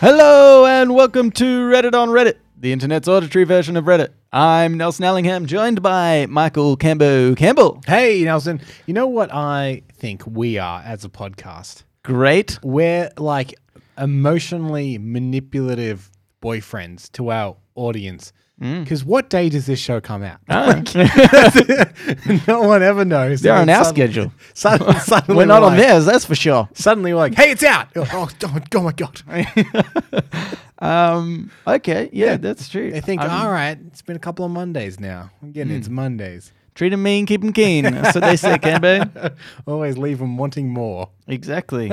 Hello and welcome to Reddit on Reddit, the internet's auditory version of Reddit. I'm Nelson Allingham, joined by Michael Cambo Campbell. Hey, Nelson. You know what I think we are as a podcast? Great. We're like emotionally manipulative boyfriends to our audience. Mm. Because what day does this show come out? Ah. no one ever knows. They're on And our suddenly- schedule. Suddenly, suddenly We're not on like, theirs, that's for sure. Suddenly, we're like, hey, it's out. Oh, oh, oh, oh my God. Um, okay, yeah, that's true. They think, I'm Hmm. all right, it's been a couple of Mondays now. I'm getting it's Mondays. treat 'em mean, keep 'em keen. That's what they say, Cambo. Always leave them wanting more. Exactly.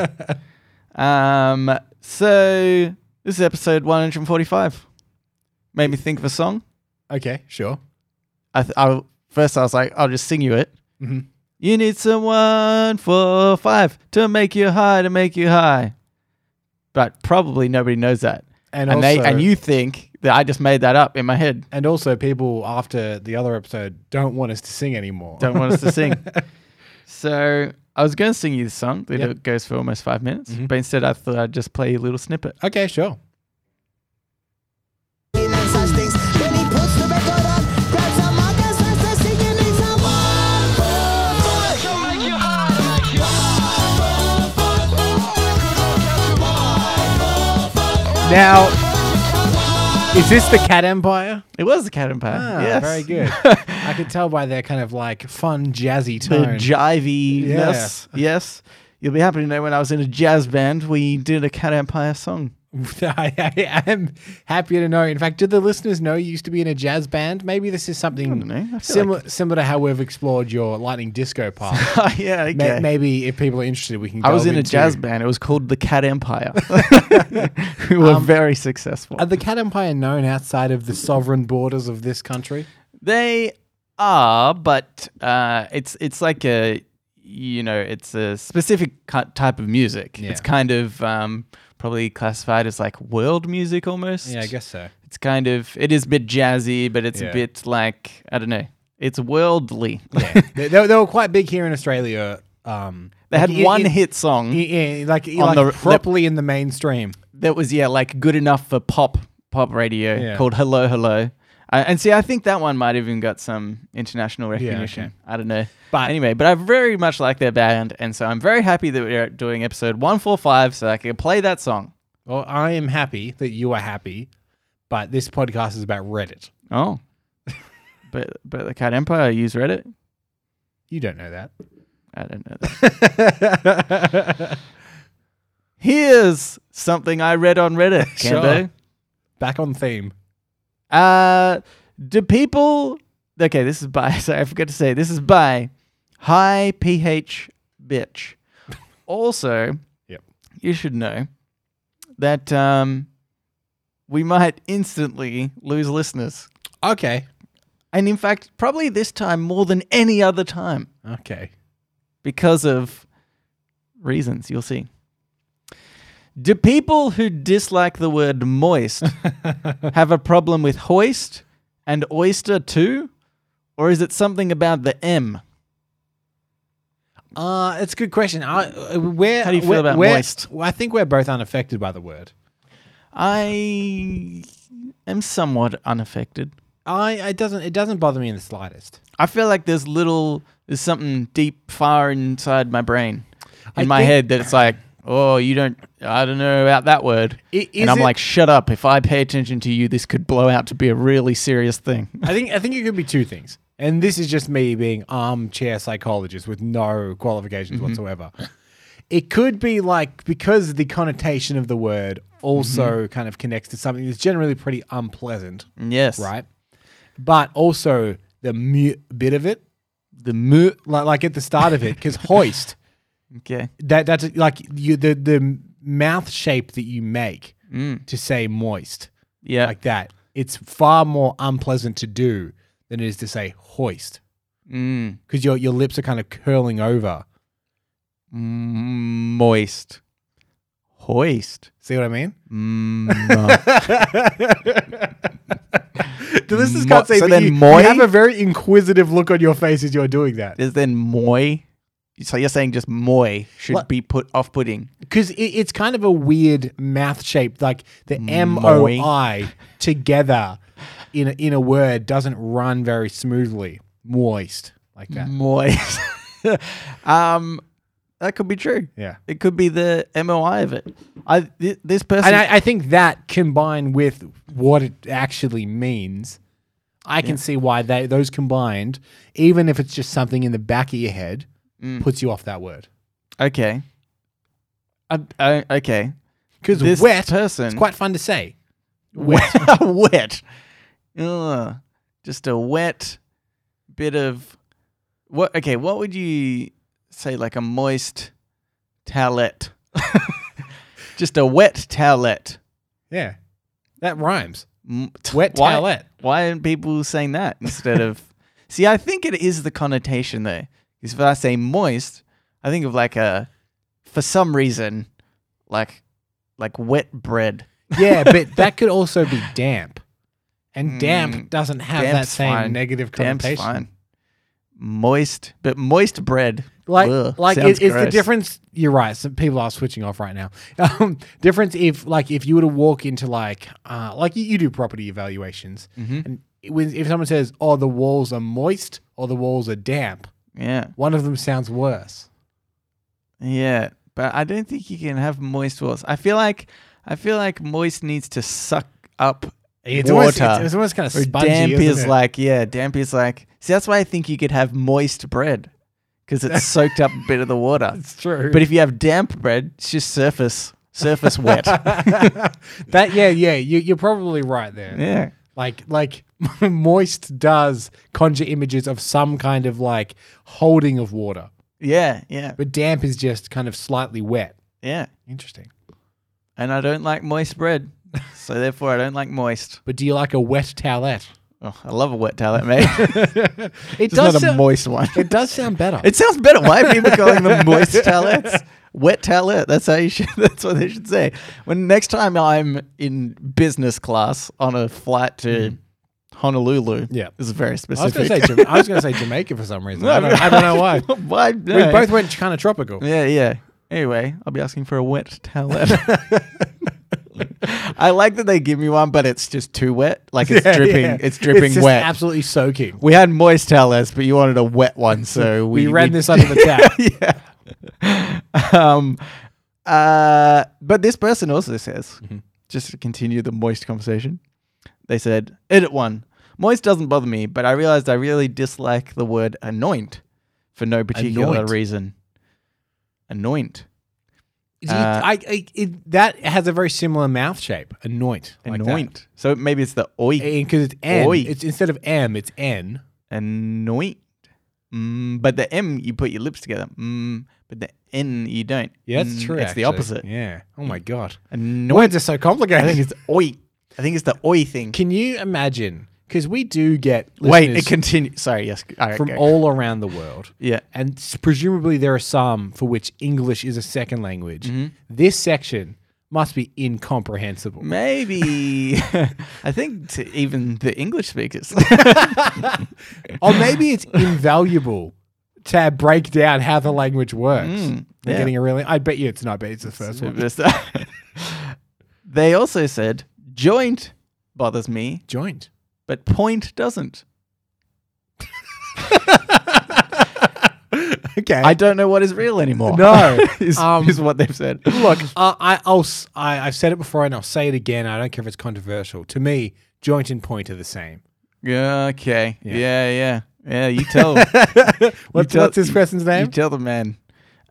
Um, so this is episode 145. Made me think of a song. Okay, sure. I, th- I first I was like, I'll just sing you it. Mm-hmm. You need someone for five to make you high to make you high, but probably nobody knows that. And and they also- and you think that I just made that up in my head. And also, people after the other episode don't want us to sing anymore. Don't want us to sing. So I was going to sing you the song that it goes for almost five minutes, Mm-hmm. but instead I thought I'd just play you a little snippet. Okay, sure. nine such things. Then he puts the record on, grabs a mic and starts to sing. You need someone for fun. Now, is this the Cat Empire? It was the Cat and Pie. Ah, yes, very good. I could tell by their kind of like fun jazzy the tone. jivey yes Yes. yes you'll be happy to know when i was in a jazz band we did a cat empire song I, I am happy to know. In fact, did the listeners know you used to be in a jazz band? Maybe this is don't know. I feel something similar similar to how we've explored your lightning disco part. yeah Ma- okay Maybe if people are interested, we can. i was delve in a into- jazz band it was called the cat empire we were very successful Are the Cat Empire known outside of the sovereign borders of this country? they are but uh, it's it's like a you know it's a specific ki- type of music Yeah. it's kind of um, probably classified as like world music almost so. it's kind of it is a bit jazzy but it's a Yeah. bit like i don't know it's worldly they, they, they were quite big here in Australia. Um, They had like, in- one in- hit song in- in- eh, like, on like the- properly in Hmm? the mainstream. that was yeah, like good enough for pop pop radio Yeah. called Hello Hello. Uh, and see, I think that one might have even got some international recognition. okay. I don't know. But- anyway, but I very much like their band, and so I'm very happy that we're doing episode 145 so I can play that song. Well, I am happy that you are happy, but this podcast is about Reddit. Oh. but but the Cat Empire use Reddit? You don't know that. I don't know. That. Here's something I read on Reddit, Sure. Cambo. Back on theme. Uh, do people? Okay, this is by. Sorry, I forgot to say this is by High PH Bitch. Also, Yep. you should know that um, we might instantly lose listeners, Okay. and in fact, probably this time more than any other time Okay. because of reasons you'll see. Do people who dislike the word moist have a problem with hoist and oyster too? Or is it something about the M? Uh, it's a good question. I, uh, we're, How do you feel we're- about we're- moist? well, I think we're both unaffected by the word. I am somewhat unaffected. I it doesn't it doesn't bother me in the slightest. I feel like there's little, there's something deep, far inside my brain, in I my think- head that it's like, oh, you don't, I don't know about that word. I- is and I'm it- like, shut up. If I pay attention to you, this could blow out to be a really serious thing. I think I think it could be two things. And this is just me being armchair psychologist with no qualifications whatsoever. It could be like because the connotation of the word also kind of connects to something that's generally pretty unpleasant, yes. right? But also the mu- bit of it, The mu. like, like at the start of it, because hoist Okay. that that's like you the the mouth shape that you make to say moist Yeah. like that. It's far more unpleasant to do than it is to say hoist. mm. because your your lips are kind of curling over. Mm, Moist. Hoist. See what I mean? Mm. The listeners Mo- can't say so that then you, moi? you have a very inquisitive look on your face as you're doing that. Is then moi So you're saying just moi should What? be put off-putting? because it, it's kind of a weird mouth shape. Like the M O Moi. I together in a, in a word doesn't run very smoothly. Moist like that. Mm. Moist. um, that could be true. Yeah. It could be the MOI of it. I thi- this person. And I, I think that combined with what it actually means, I can see why they those combined, even if it's just something in the back of your head, Mm. puts you off that word. okay. I, I, okay. Because This wet, person. it's quite fun to say. wet. wet. Ugh. Just a wet bit of what? Okay, what would you say? Like a moist towelette. Just a wet towelette. Yeah, that rhymes. M- t- Wet why- towelette. Why aren't people saying that instead of? See, I think it is the connotation though. Because if I say moist, I think of like a, for some reason, like, like wet bread. Yeah, but that could also be damp, and damp doesn't have that Mm. Damp's same fine. negative Damp's connotation. fine. Moist, but moist bread. Like, Ugh, like sounds it, it's the gross. difference. You're right. Some people are switching off right now. Um, difference if, like, if you were to walk into like, uh, like you, you do property evaluations, Mm-hmm. and it was- if someone says, "Oh, the walls are moist" or "the walls are damp," Yeah, one of them sounds worse. yeah, but I don't think you can have moist walls. I feel like I feel like moist needs to suck up It's water. almost, it's, it's almost kind of or spongy. damp isn't is it? like yeah, damp is like. See, that's why I think you could have moist bread because it's soaked up a bit of the water. it's true. But if you have damp bread, it's just surface surface wet. that, yeah, yeah, you, you're probably right there. yeah. Like like moist does conjure images of some kind of like holding of water, Yeah, yeah, but damp is just kind of slightly wet. yeah. Interesting. And I don't like moist bread, so therefore I don't like moist. But do you like a wet towelette? Oh, I love a wet towelette, mate. It It's not does. a sound- moist one. it does sound better. It sounds better. Why are people calling them moist towelettes? Wet towelette. That's how you should. That's what they should say. When next time I'm in business class on a flight to Honolulu, Mm. Yeah. is very I was going to specific. say Jama- I was going to say Jamaica for some reason. I, don't, I don't know why. why? We both went kind of tropical. Yeah, yeah. Anyway, I'll be asking for a wet towelette. I like that they give me one, but it's just too wet. Like it's Yeah, dripping. yeah. It's dripping just wet. Absolutely soaking. we had moist towelettes, but you wanted a wet one, so we We, ran we this under the tap. yeah. um, uh, but this person also says, Mm-hmm. just to continue the moist conversation, they said, edit one. Moist doesn't bother me, but I realized I really dislike the word anoint for no particular Anoint. reason. Anoint. Do you- Uh, I, I, it, that has a very similar mouth shape. Anoint. like that. Anoint. so maybe it's the oi. because it's N. Oi. It's instead of M, it's N. Anoint. Mm, but the M, you put your lips together. Mm, but the N, you don't. Yeah, that's Mm, true. It's actually. the opposite. Yeah. Oh my god. Anoint. Words are so complicated. I think it's oi. I think it's the oi thing. Can you imagine? Because we do get Wait, it listeners continues. Sorry, yes. All right, from go. all around the world, Yeah. and s- presumably there are some for which English is a second language. Mm-hmm. This section must be incomprehensible. Maybe. I think to even the English speakers. or maybe it's invaluable to break down how the language works. They're Mm, yeah. getting a really. I bet you it's not. I bet it's the first one. they also said joint bothers me, Joined. but point doesn't. Okay. I don't know what is real anymore. No. is, Um, is what they've said. Look, I, I, I'll, s- I, have said it before and I'll say it again. I don't care if it's controversial. To me, joint and point are the same. Yeah, okay. Yeah, yeah. Yeah, you tell you What's, tell- what's this person's name? tell the man.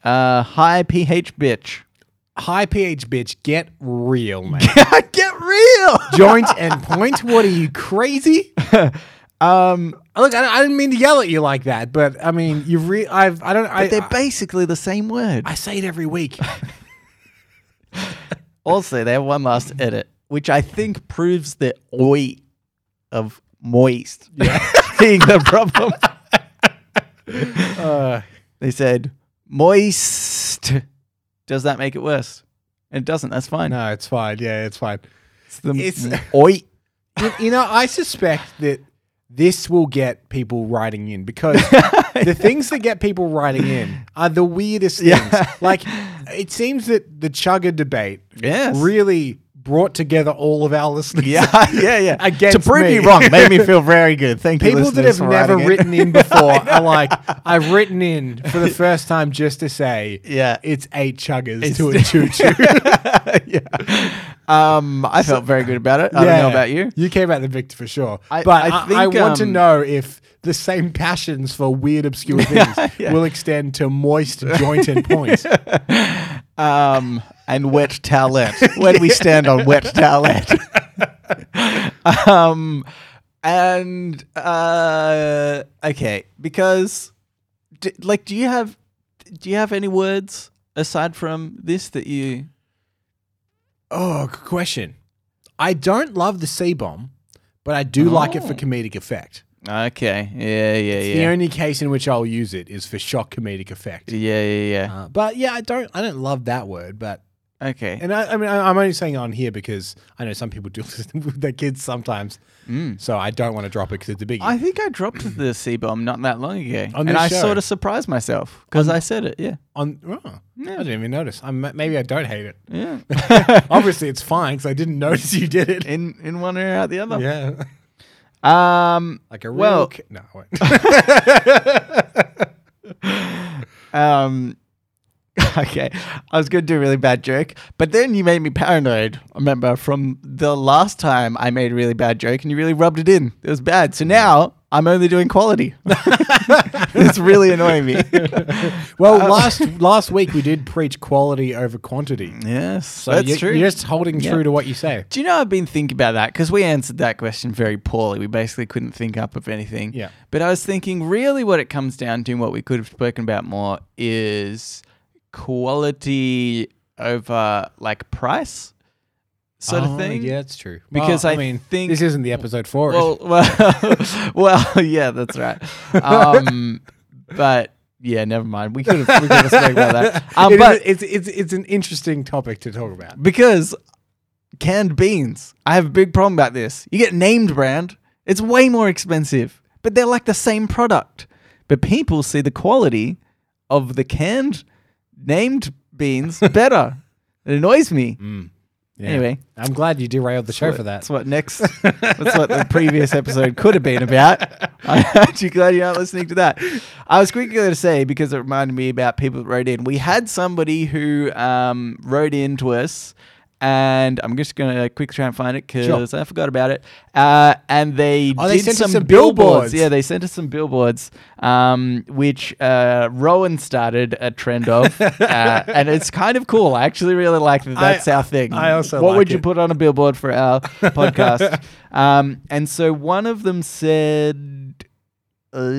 Uh, hi PH bitch. High pH bitch, get real, man. Get real. joint and point? What are you, crazy? Um Look, I, I didn't mean to yell at you like that, but I mean, you've re- I've, I don't, I, they're I, basically the same word. I say it every week. Also, they have one last edit, which I think proves the oi of moist being the problem. Uh. they said moist. Does that make it worse? It doesn't. That's fine. no, it's fine. Yeah, it's fine. It's the It's- oi. You, you know, I suspect that this will get people writing in because the things that get people writing in are the weirdest things. Like, it seems that the chugger debate Yes. really brought together all of our listeners. Yeah, yeah, yeah. Against to prove me. you wrong made me feel very good. Thank you. People that listeners, have for never writing it. written in before are like, I've written in for the first time just to say, Yeah. it's eight chuggers It's- to a choo choo. Um, I felt very good about it. I don't know about you. You came out the victor for sure. I- but I I, I think, want to um, know if the same passions for weird, obscure things yeah. will extend to moist joint and points. Um, and wet towelette. Where do we stand on wet towelette? um, and uh, okay, because d- like, do you have do you have any words aside from this that you? Oh, good question. I don't love the C bomb, but I do like it for comedic effect. Okay, yeah, yeah, The Oh. yeah, only case in which I'll use it is for shock comedic effect. yeah, yeah, Uh, but yeah, I don't, I don't love that word. But yeah. Okay, and I, I mean, I, I'm only saying it on here because I know some people do listen with their kids sometimes. So I don't want to drop it because it's a biggie. Mm. I think I dropped the C bomb not that long ago, On and this I show. sort of surprised myself because I said it. Yeah, on, oh, I didn't even notice. I'm, maybe I don't hate it. yeah. Obviously, it's fine because I didn't notice you did it. in in one ear out the other. Yeah, Um, like a real. Well- ki- no, wait. um, okay. I was going to do a really bad joke, but then you made me paranoid. I remember from the last time I made a really bad joke and you really rubbed it in. It was bad. So now I'm only doing quality. it's really annoying me. well, uh, last last week we did preach quality over quantity. yes, So Mm. that's you- true. You're just holding Yeah. true to what you say. Do you know I've been thinking about that because we answered that question very poorly. We basically couldn't think up of anything. Yeah. But I was thinking really what it comes down to and what we could have spoken about more is quality over like price sort of thing. Oh, Yeah, it's true. Because I think- this isn't the episode for Well, it. well, well, yeah, that's right. Um, but yeah, never mind. We could have, we could have spoken about that. Um, It is- but it's, it's it's an interesting topic to talk about. because canned beans. I have a big problem about this. You get named brand, it's way more expensive, but they're like the same product. But people see the quality of the canned named beans better. it annoys me. Yeah. Anyway, I'm glad you derailed the show for that. that's what next. that's what the previous episode could have been about. I'm actually glad you're not listening to that. I was quickly going to say because it reminded me about people that wrote in. We had somebody who um, wrote in to us, and I'm just going to quickly try and find it because I forgot about it. Uh, and they Oh, did they sent us some, some billboards. billboards. Yeah, they sent us some billboards, um, which uh, Rowan started a trend of, uh, and it's kind of cool. I actually really like that. I- That's our thing. I also What like would you it. put on a billboard for our podcast? Um, and so one of them said, uh,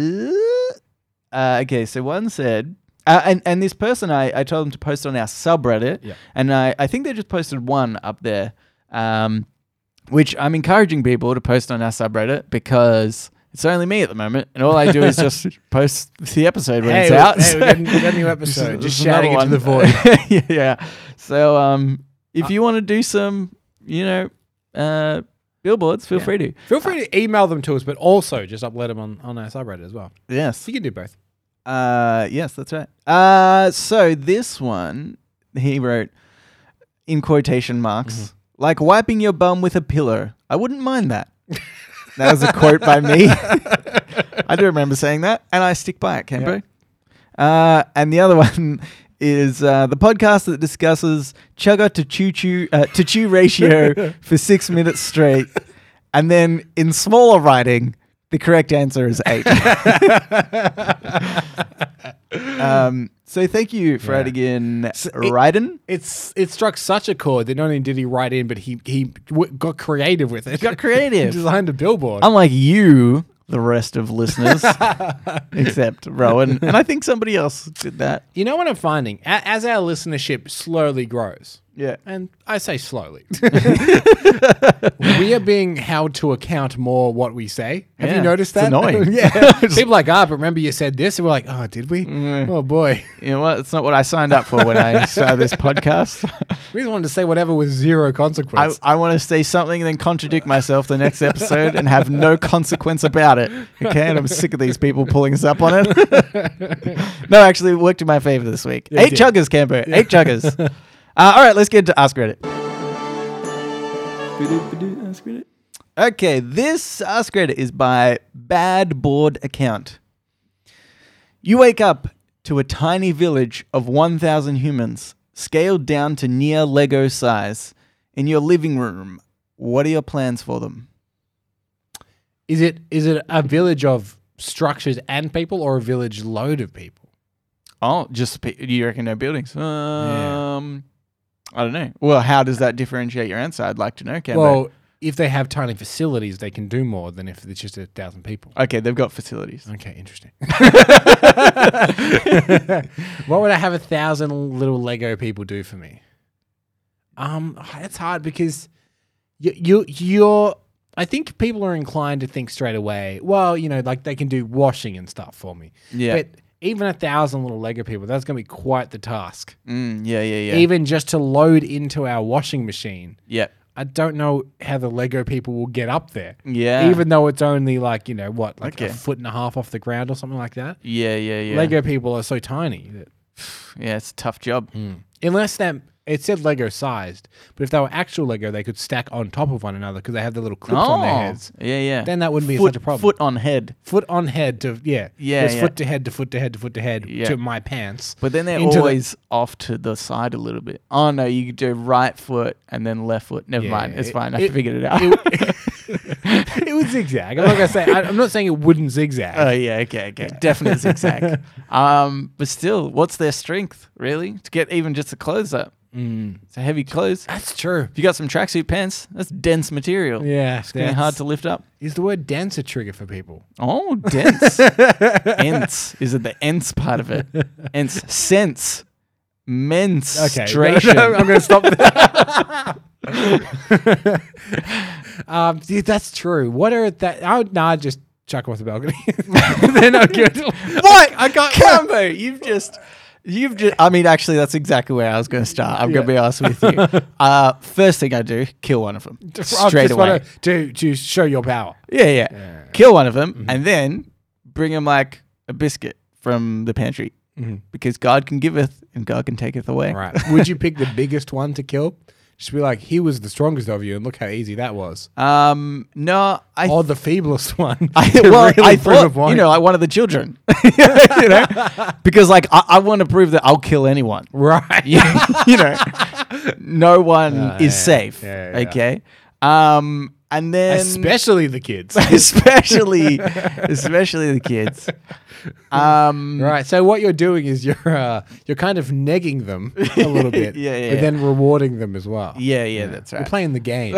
uh, okay, so one said. Uh, and, and this person, I, I told them to post on our subreddit. Yeah. And I, I think they just posted one up there. Um, which I'm encouraging people to post on our subreddit because it's only me at the moment, and all I do is just post the episode when it's we- out. hey, we got a- we got a new This is- episode. this Just is another shouting into the one. void. yeah. So um, if you want to do some, you know, uh, billboards, feel free to. Feel free to email them to us, but also just upload them on, on our subreddit as well. Yes. You can do both. Uh, yes, that's right. Uh, so this one he wrote in quotation marks, like wiping your bum with a pillow. I wouldn't mind that. that was a quote by me. I do remember saying that, and I stick by it, Cambo. Uh, and the other one is uh, the podcast that discusses chugger to choo choo uh, to chew ratio for six minutes straight, and then in smaller writing, the correct answer is eight. um, so thank you for adding in it- Raiden. It's it struck such a chord that not only did he write in, but he he w- got creative with it. Got creative. Um, designed a billboard. Unlike you, the rest of listeners, except Rowan, and I think somebody else did that. you know what I'm finding? A- as our listenership slowly grows, Yeah. And I say slowly. we are being held to account more what we say. Have Yeah. you noticed It's that? annoying. yeah. People are like, ah, but remember you said this? And we're like, oh, did we? Mm. Oh, boy. You know what? It's not what I signed up for when I started this podcast. We just wanted to say whatever with zero I, consequence. I want to say something and then contradict myself the next episode and have no consequence about it. Okay. And I'm sick of these people pulling us up on it. no, actually, it worked in my favor this week. Yeah, it Eight did. chuggers, Camper. Eight chuggers. uh, all right. Let's get to Ask Reddit. Okay. This Ask Reddit is by Bad Board Account. You wake up to a tiny village of 1,000 humans, scaled down to near Lego size, in your living room. What are your plans for them? is it is it a village of structures and people or a village load of people? Oh, just pe- do you reckon no buildings? Um, I don't know. Well, how does that differentiate your answer? I'd like to know. Cambo. well, if they have tiny facilities, they can do more than if it's just a thousand people. okay, they've got facilities. Okay, interesting. what would I have a thousand little Lego people do for me? Um, it's hard because you, you you're. I think people are inclined to think straight away. Well, you know, like they can do washing and stuff for me. Yeah. But even a thousand little Lego people, that's going to be quite the task. Mm, yeah, yeah, yeah. Even just to load into our washing machine, yeah. I don't know how the Lego people will get up there. Yeah. Even though it's only like, you know, what, like Okay. a foot and a half off the ground or something like that. Yeah, yeah, yeah. Lego people are so tiny that Yeah, it's a tough job. unless that it said Lego sized, but if they were actual Lego, they could stack on top of one another because they have the little clips on their heads. yeah, yeah. Oh. Then that wouldn't be Oh. foot, such a problem. Foot on head. Foot on head to yeah, Yeah, There's yeah. foot to head to foot to head to foot to head Yeah. to my pants. But then they're into the- always off to the side a little bit. Oh no, you could do right foot and then left foot. Never Yeah, mind, it's it- fine. I it- figured it out. it would zigzag. I'm not gonna say. I, I'm not saying it wouldn't zigzag. oh yeah, okay, okay, definite zigzag. um, but still, what's their strength really to get even just the clothes up? Mm. It's a heavy clothes. If that's true. you got some tracksuit pants, that's dense material. Yeah, it's gonna be hard to lift up. Is the word dance a trigger for people? Oh, dense. Ents. Is it the ents part of it? Ents. Sense. Menstruation. no, no, I'm going to stop there. um, yeah, that's true. What are that? I would nah, just chuck them off the balcony. They're not good. What? I got Cambo. You've just, you've just. I mean, actually, that's exactly where I was going to start. I'm going to be honest with you. Uh, first thing I do, kill one of them I straight just away. wanna- to to show your power. yeah, yeah, Kill one of them Mm-hmm. and then bring him like a biscuit from the pantry because God can giveth and God can taketh away. Mm-hmm. Right? would you pick the biggest one to kill? Just be like, he was the strongest of you, and look how easy that was. Um. No, I. or the feeblest one. I, to well, really I prove thought, a you point. know, like one of the children, you know, because like I, I want to prove that I'll kill anyone. right? you you know, no one Ah, is yeah, safe. yeah, yeah, yeah. okay. Um, and then Especially the kids. especially, especially the kids. Um, Right. So what you're doing is you're uh, you're kind of negging them a little bit, Yeah, yeah, but yeah. then rewarding them as well. yeah, yeah, that's You're right. playing the game.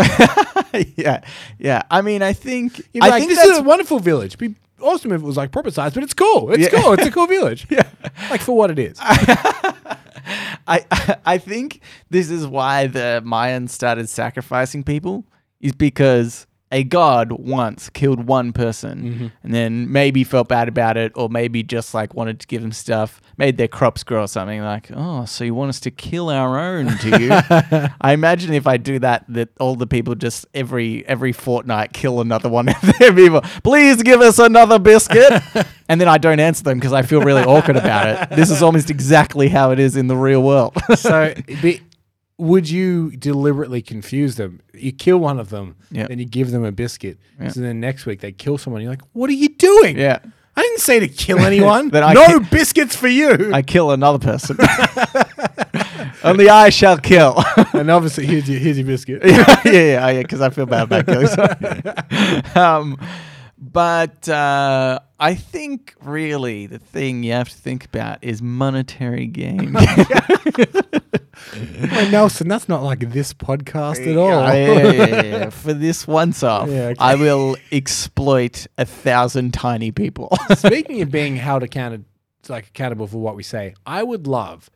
yeah, yeah. I mean, I think You'd be I like, think this that's is a wonderful village. Be awesome if it was like proper size, but it's cool. It's Yeah. cool. It's a cool village. yeah. Like for what it is. I I think this is why the Mayans started sacrificing people is because a god once killed one person and then maybe felt bad about it or maybe just like wanted to give them stuff, made their crops grow or something like, "Oh, so you want us to kill our own, do you?" I imagine if I do that that all the people just every every fortnight kill another one of their people. Please give us another biscuit. and then I don't answer them because I feel really awkward about it. This is almost exactly how it is in the real world. so be, would you deliberately confuse them? You kill one of them, Yeah. then you give them a biscuit. So then next week they kill someone. You're like, what are you doing? Yeah. I didn't say to kill anyone. Then I no biscuits for you. I kill another person. Only I shall kill. and obviously, here's your, here's your biscuit. yeah, yeah, yeah, because I feel bad about killing someone. um, but uh, I think really the thing you have to think about is monetary gain. Wait, Nelson, that's not like this podcast at all. Yeah, yeah, yeah, yeah, yeah. For this once off, Yeah, okay. I will exploit a thousand tiny people. Speaking of being held accounted, like accountable for what we say, I would love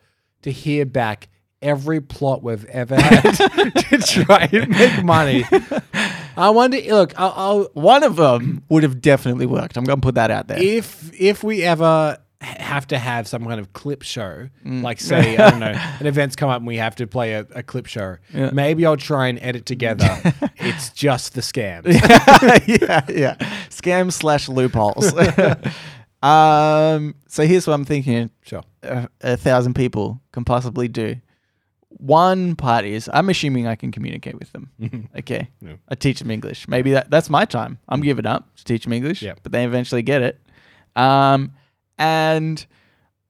to hear back every plot we've ever had to try and make money. I wonder. Look, I'll, I'll One of them would have definitely worked. I'm going to put that out there. if if we ever h- have to have some kind of clip show, Mm. like say I don't know, an event's come up and we have to play a, a clip show. Maybe I'll try and edit together. it's just the scams. yeah, yeah. Scam slash loopholes. um, so here's what I'm thinking sure. a, a thousand people can possibly do. One part is I'm assuming I can communicate with them. Okay. Yeah. I teach them English. Maybe that, that's my time. I'm giving up to teach them English, Yep. but they eventually get it. Um, and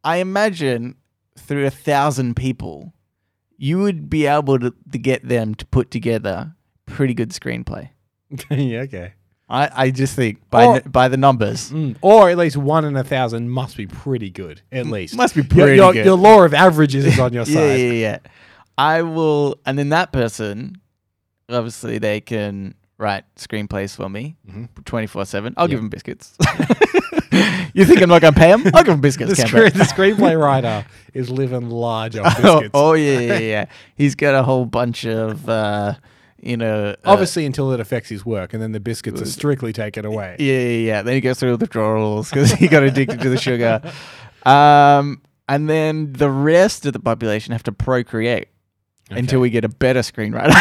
I imagine through a thousand people, you would be able to, to get them to put together pretty good screenplay. yeah. Okay. I, I just think by Or- n- by the numbers. Mm. Or at least one in a thousand must be pretty good. At least must be Your- pretty your, good. Your law of averages is on your side. Yeah, yeah, yeah. I will, and then that person, obviously, they can write screenplays for me, Mm-hmm. twenty four seven. I'll give them biscuits. you think I'm not gonna pay them? I'll give them biscuits. The, Camper. screen, the screenplay writer is living large on oh, biscuits. oh, yeah, yeah, yeah. He's got a whole bunch of, uh, you know, uh, Obviously, until it affects his work, and then the biscuits are strictly taken away. Yeah, yeah, yeah. Then he goes through withdrawals because he got addicted to the sugar. Um, and then the rest of the population have to procreate until we get a better screenwriter.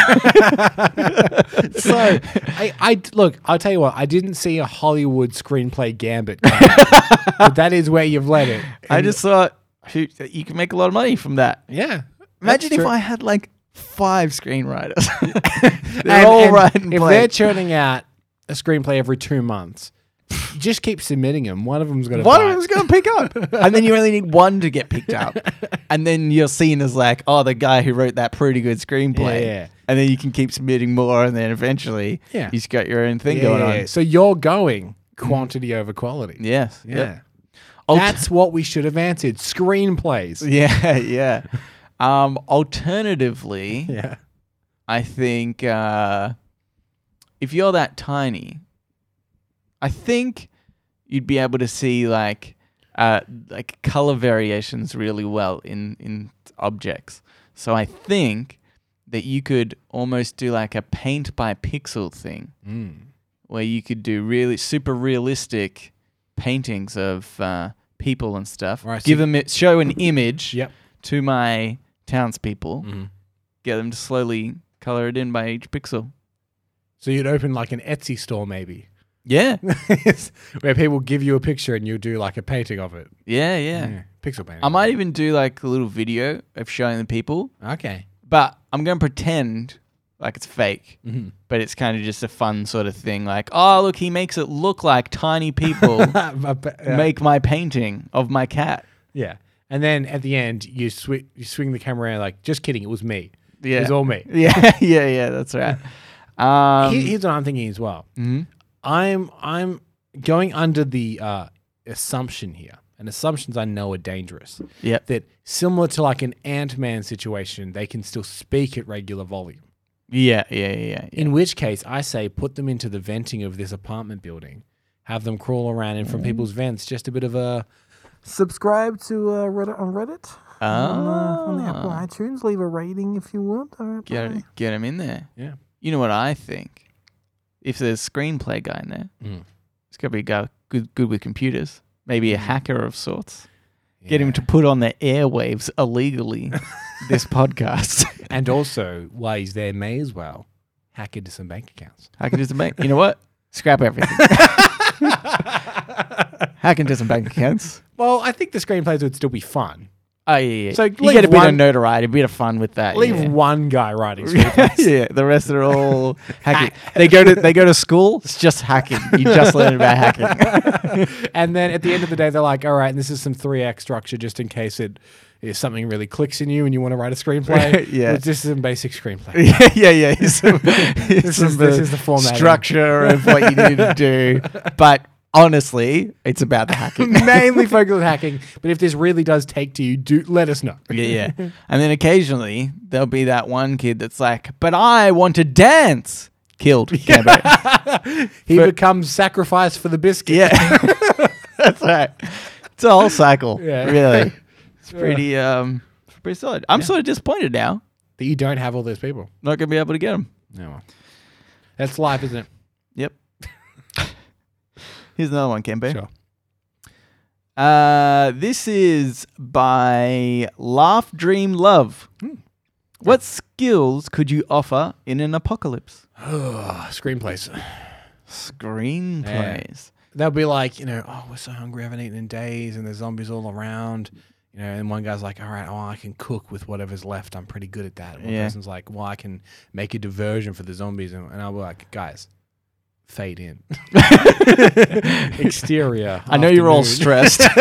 So I, I look. I'll tell you what. I didn't see a Hollywood screenplay gambit, coming, but that is where you've led it. I And- just thought who- you can make a lot of money from that. yeah. Imagine that's if true. I had like five screenwriters. they're And- all and writing If they're plays. churning out a screenplay every two months, just keep submitting them. One of them's gonna. One of bite. them's going to pick up. and then you only need one to get picked up. And then you're seen as like, oh, the guy who wrote that pretty good screenplay. Yeah. And then you can keep submitting more. And then eventually Yeah. you've got your own thing Yeah, going yeah, on. yeah. So you're going quantity over quality. Yes. Yeah. Yep. Alt- That's what we should have answered. Screenplays. yeah, yeah. Um, alternatively, Yeah. I think uh, if you're that tiny, I think you'd be able to see like uh, like color variations really well in in objects. So I think that you could almost do like a paint by pixel thing, Mm. where you could do really super realistic paintings of uh, people and stuff. Right, so Give them it, show an image Yep. to my townspeople, Mm-hmm. get them to slowly color it in by each pixel. So you'd open like an Etsy store maybe. Yeah, yeah, where people give you a picture and you do like a painting of it. yeah. Yeah. Pixel painting. I might even do like a little video of showing the people, Okay. but I'm going to pretend like it's fake. Mm-hmm. But it's kind of just a fun sort of thing. Like, oh, look, he makes it look like tiny people Uh, but- but, uh, make my painting of my cat. yeah. And then at the end, you, swi you swing the camera around like, just kidding, it was me. It Yeah. was all me. Yeah, yeah, yeah. That's right. Um, Mm-hmm. Here- Here's what I'm thinking as well. I'm I'm going under the uh, assumption here, and assumptions I know are dangerous. Yep. That similar to like an Ant Man situation, they can still speak at regular volume. yeah, yeah, yeah, yeah. In which case, I say put them into the venting of this apartment building, have them crawl around in Mm-hmm. from people's vents. Just a bit of a subscribe to uh, Reddit on Reddit uh, on the Apple Ah, iTunes. Leave a rating if you would. All right, get, bye. get him in there. Yeah. You know what I think? If there's a screenplay guy in there, Mm. it's got to be a guy good, good with computers, maybe a hacker of sorts. Get him to put on the airwaves illegally this podcast. And also, while he's there, may as well hack into some bank accounts. Hack into some bank. You know what? Scrap everything. Hack into some bank accounts. Well, I think the screenplays would still be fun. Oh, yeah, yeah. So So you leave get a bit of one- notoriety, a bit of fun with that. Leave yeah. one guy writing screenplays. yeah, yeah, the rest are all hacking. They go to they go to school. It's just hacking. You just learn about hacking. and then at the end of the day, they're like, all right, and this is some 3X structure just in case it if something really clicks in you and you want to write a screenplay. Yeah. It's just some basic screenplay. yeah, yeah, yeah. Here's some, here's This some is- this is the formatting. structure of what you need to do. But honestly, it's about the hacking. Mainly focused on hacking, but if this really does take to you, do let us know. yeah, yeah. And then occasionally there'll be that one kid that's like, "But I want to dance." Killed. Canberra. He becomes sacrifice for the biscuit. Yeah. That's right. It's a whole cycle. Yeah. Really. It's pretty um pretty solid. I'm sort of disappointed now. That you don't have all those people. Not gonna be able to get them. No. well. That's life, isn't it? Yep. Here's another one, Kempe. Sure. Uh, this is by Laugh Dream Love. Hmm. What skills could you offer in an apocalypse? Oh, screenplays. Screenplays. They'll be like, you know, oh, we're so hungry, haven't eaten in days, and there's zombies all around. You know, and one guy's like, all right, oh, I can cook with whatever's left. I'm pretty good at that. And one Yeah. person's like, well, I can make a diversion for the zombies. And, and I'll be like, guys, fade in. Exterior. I know you're all afternoon. stressed.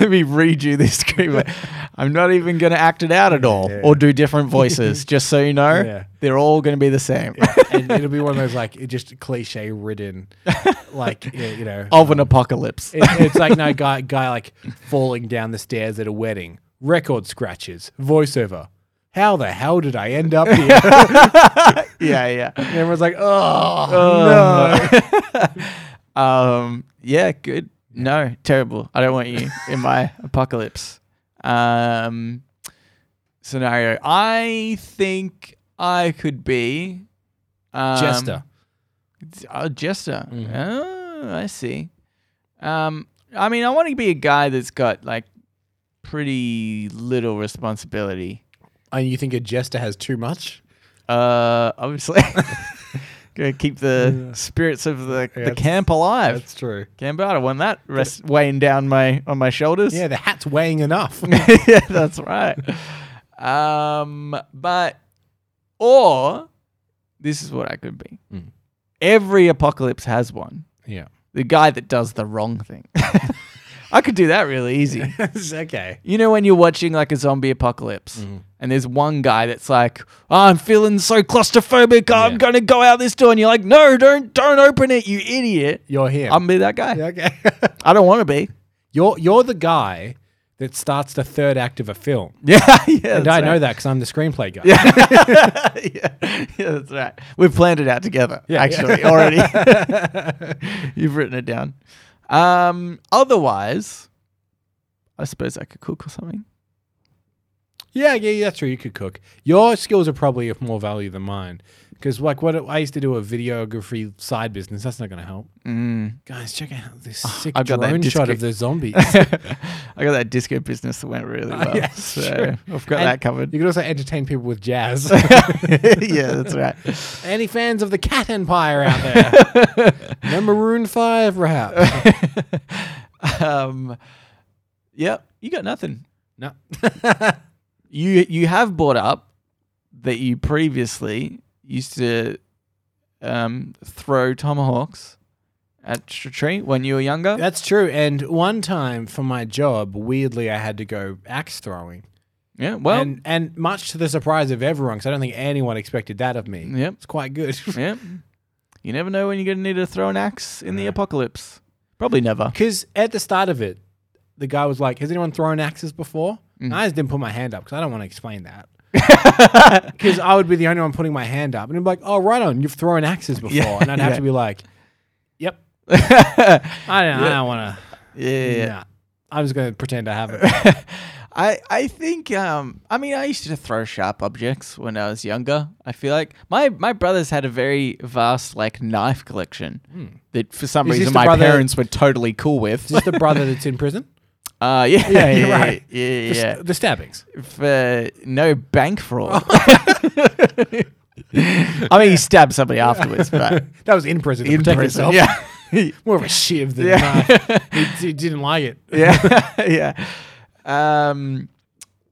Let me read you this screenplay. I'm not even going to act it out at all Yeah. or do different voices. Just so you know, Yeah. they're all going to be the same and it'll be one of those like it just cliche ridden, like yeah, you know, of an apocalypse. it, it's like no guy guy like falling down the stairs at a wedding, record scratches, voiceover. How the hell did I end up here? and yeah, yeah. everyone's like, oh, Um, yeah, good. No, terrible. I don't want you in my apocalypse um, scenario. I think I could be um, Jester. Mm-hmm. Oh, jester. Oh, I see. Um, I mean, I want to be a guy that's got like pretty little responsibility. And you think a jester has too much? Uh, obviously, gonna keep the spirits of the, the that's- camp alive. true. Camber, I don't want that rest weighing down my on my shoulders. Yeah, the hat's weighing enough. yeah, that's right. Um, but or this is what I could be. Mm. Every apocalypse has one. yeah. The guy that does the wrong thing. I could do that really easy. okay. You know when you're watching like a zombie apocalypse Mm-hmm. and there's one guy that's like, oh, I'm feeling so claustrophobic, I'm Yeah. gonna go out this door and you're like, No, don't don't open it, you idiot. You're here. I'm gonna be that guy. okay. I don't wanna be. you're you're the guy that starts the third act of a film. Yeah, yeah. And that's I right. know that because I'm the screenplay guy. yeah, yeah, that's right. We've planned it out together, Yeah, yeah. actually, already. You've written it down. Um, otherwise, I suppose I could cook or something. Yeah, yeah, yeah, that's true. You could cook. Your skills are probably of more value than mine. Because, like, what I used to do a videography side business. That's not going to help. Mm. Guys, check out this sick I've got that drone shot disco- of the zombies. I got that disco business that went really well. Oh, yeah, so sure. I've got And that covered. you could also entertain people with jazz. yeah, that's right. Any fans of the Cat Empire out there? the Maroon 5 rap. Um, yeah, you got nothing. no. you you have brought up that you previously used to um, throw tomahawks at tr- tree when you were younger. That's true. And one time for my job, weirdly, I had to go axe throwing. yeah, well, and, and much to the surprise of everyone, because I don't think anyone expected that of me. Yep. It's quite good. yeah. You never know when you're gonna need to throw an axe in the apocalypse. Probably never. Because at the start of it, the guy was like, "Has anyone thrown axes before?" Mm. And I just didn't put my hand up because I don't want to explain that. Because I would be the only one putting my hand up, and he'd be like, "Oh, right on, you've thrown axes before," Yeah, and I'd have yeah. to be like, "Yep, I don't, I don't want to. Yeah. Nah, I'm just gonna pretend I haven't." I I think um I mean I used to throw sharp objects when I was younger. I feel like my my brothers had a very vast like knife collection that for some Hmm. Is this reason the my brother- parents were totally cool with. just the brother that's in prison. Uh, yeah, yeah, you're yeah, right. yeah, yeah, The st- the stabbings. yeah. For no bank fraud. I mean, he stabbed somebody afterwards, but That was in prison. To in protect prison, himself. yeah, more of a shiv than Yeah. a knife. he, he didn't like it. yeah, yeah. Um,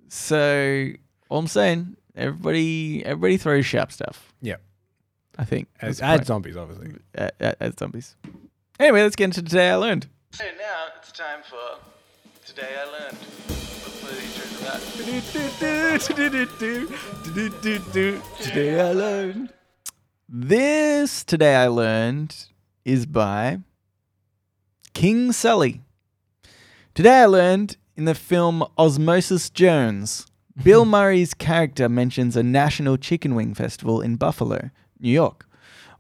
so all I'm saying, everybody, everybody throws sharp stuff. Yeah, I think as, That's as zombies, obviously. pro- uh, uh, as zombies. Anyway, let's get into today I learned. So now it's time for Today I Learned. Hopefully you enjoyed that. Today I learned. This today I learned is by King Sully. Today I learned in the film Osmosis Jones, Bill Murray's character mentions a national chicken wing festival in Buffalo, New York.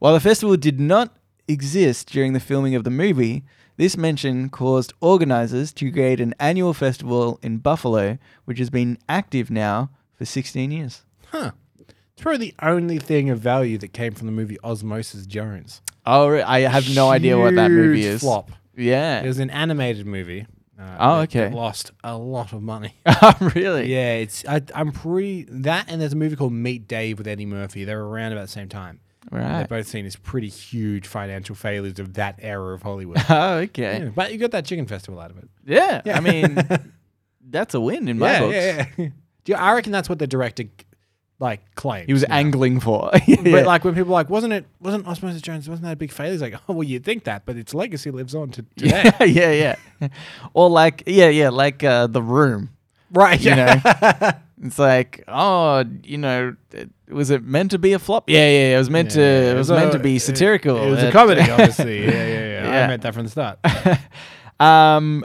While the festival did not exist during the filming of the movie, This mention caused organizers to create an annual festival in Buffalo, which has been active now for 16 years. Huh. It's probably the only thing of value that came from the movie Osmosis Jones. Oh, re- I have no idea what that movie Huge is. Flop. Yeah. It was an animated movie. Uh, Oh, that- that okay. Lost a lot of money. Oh, really? yeah, it's I, I'm pretty that, and there's a movie called Meet Dave with Eddie Murphy. They're around about the same time. They're Right. both seen as pretty huge financial failures of that era of Hollywood. Oh, okay. Yeah, but you got that chicken festival out of it. Yeah. I mean, that's a win in my yeah, books. yeah, yeah. Do you, I reckon that's what the director like claims. He was now. angling for. But like when people are like, wasn't it? Wasn't Osmosis Jones? Wasn't that a big failure? He's like, oh well, you'd think that, but its legacy lives on to today. yeah, yeah, yeah. Or like, yeah, yeah, like uh, the room. Right? You know, it's like, oh, you know, it- was it meant to be a flop? Yeah, yeah, yeah, it was meant to. It was So, meant to be it- satirical. It, was a It- comedy, obviously. yeah, yeah, yeah, Yeah. I meant that from the start. Um,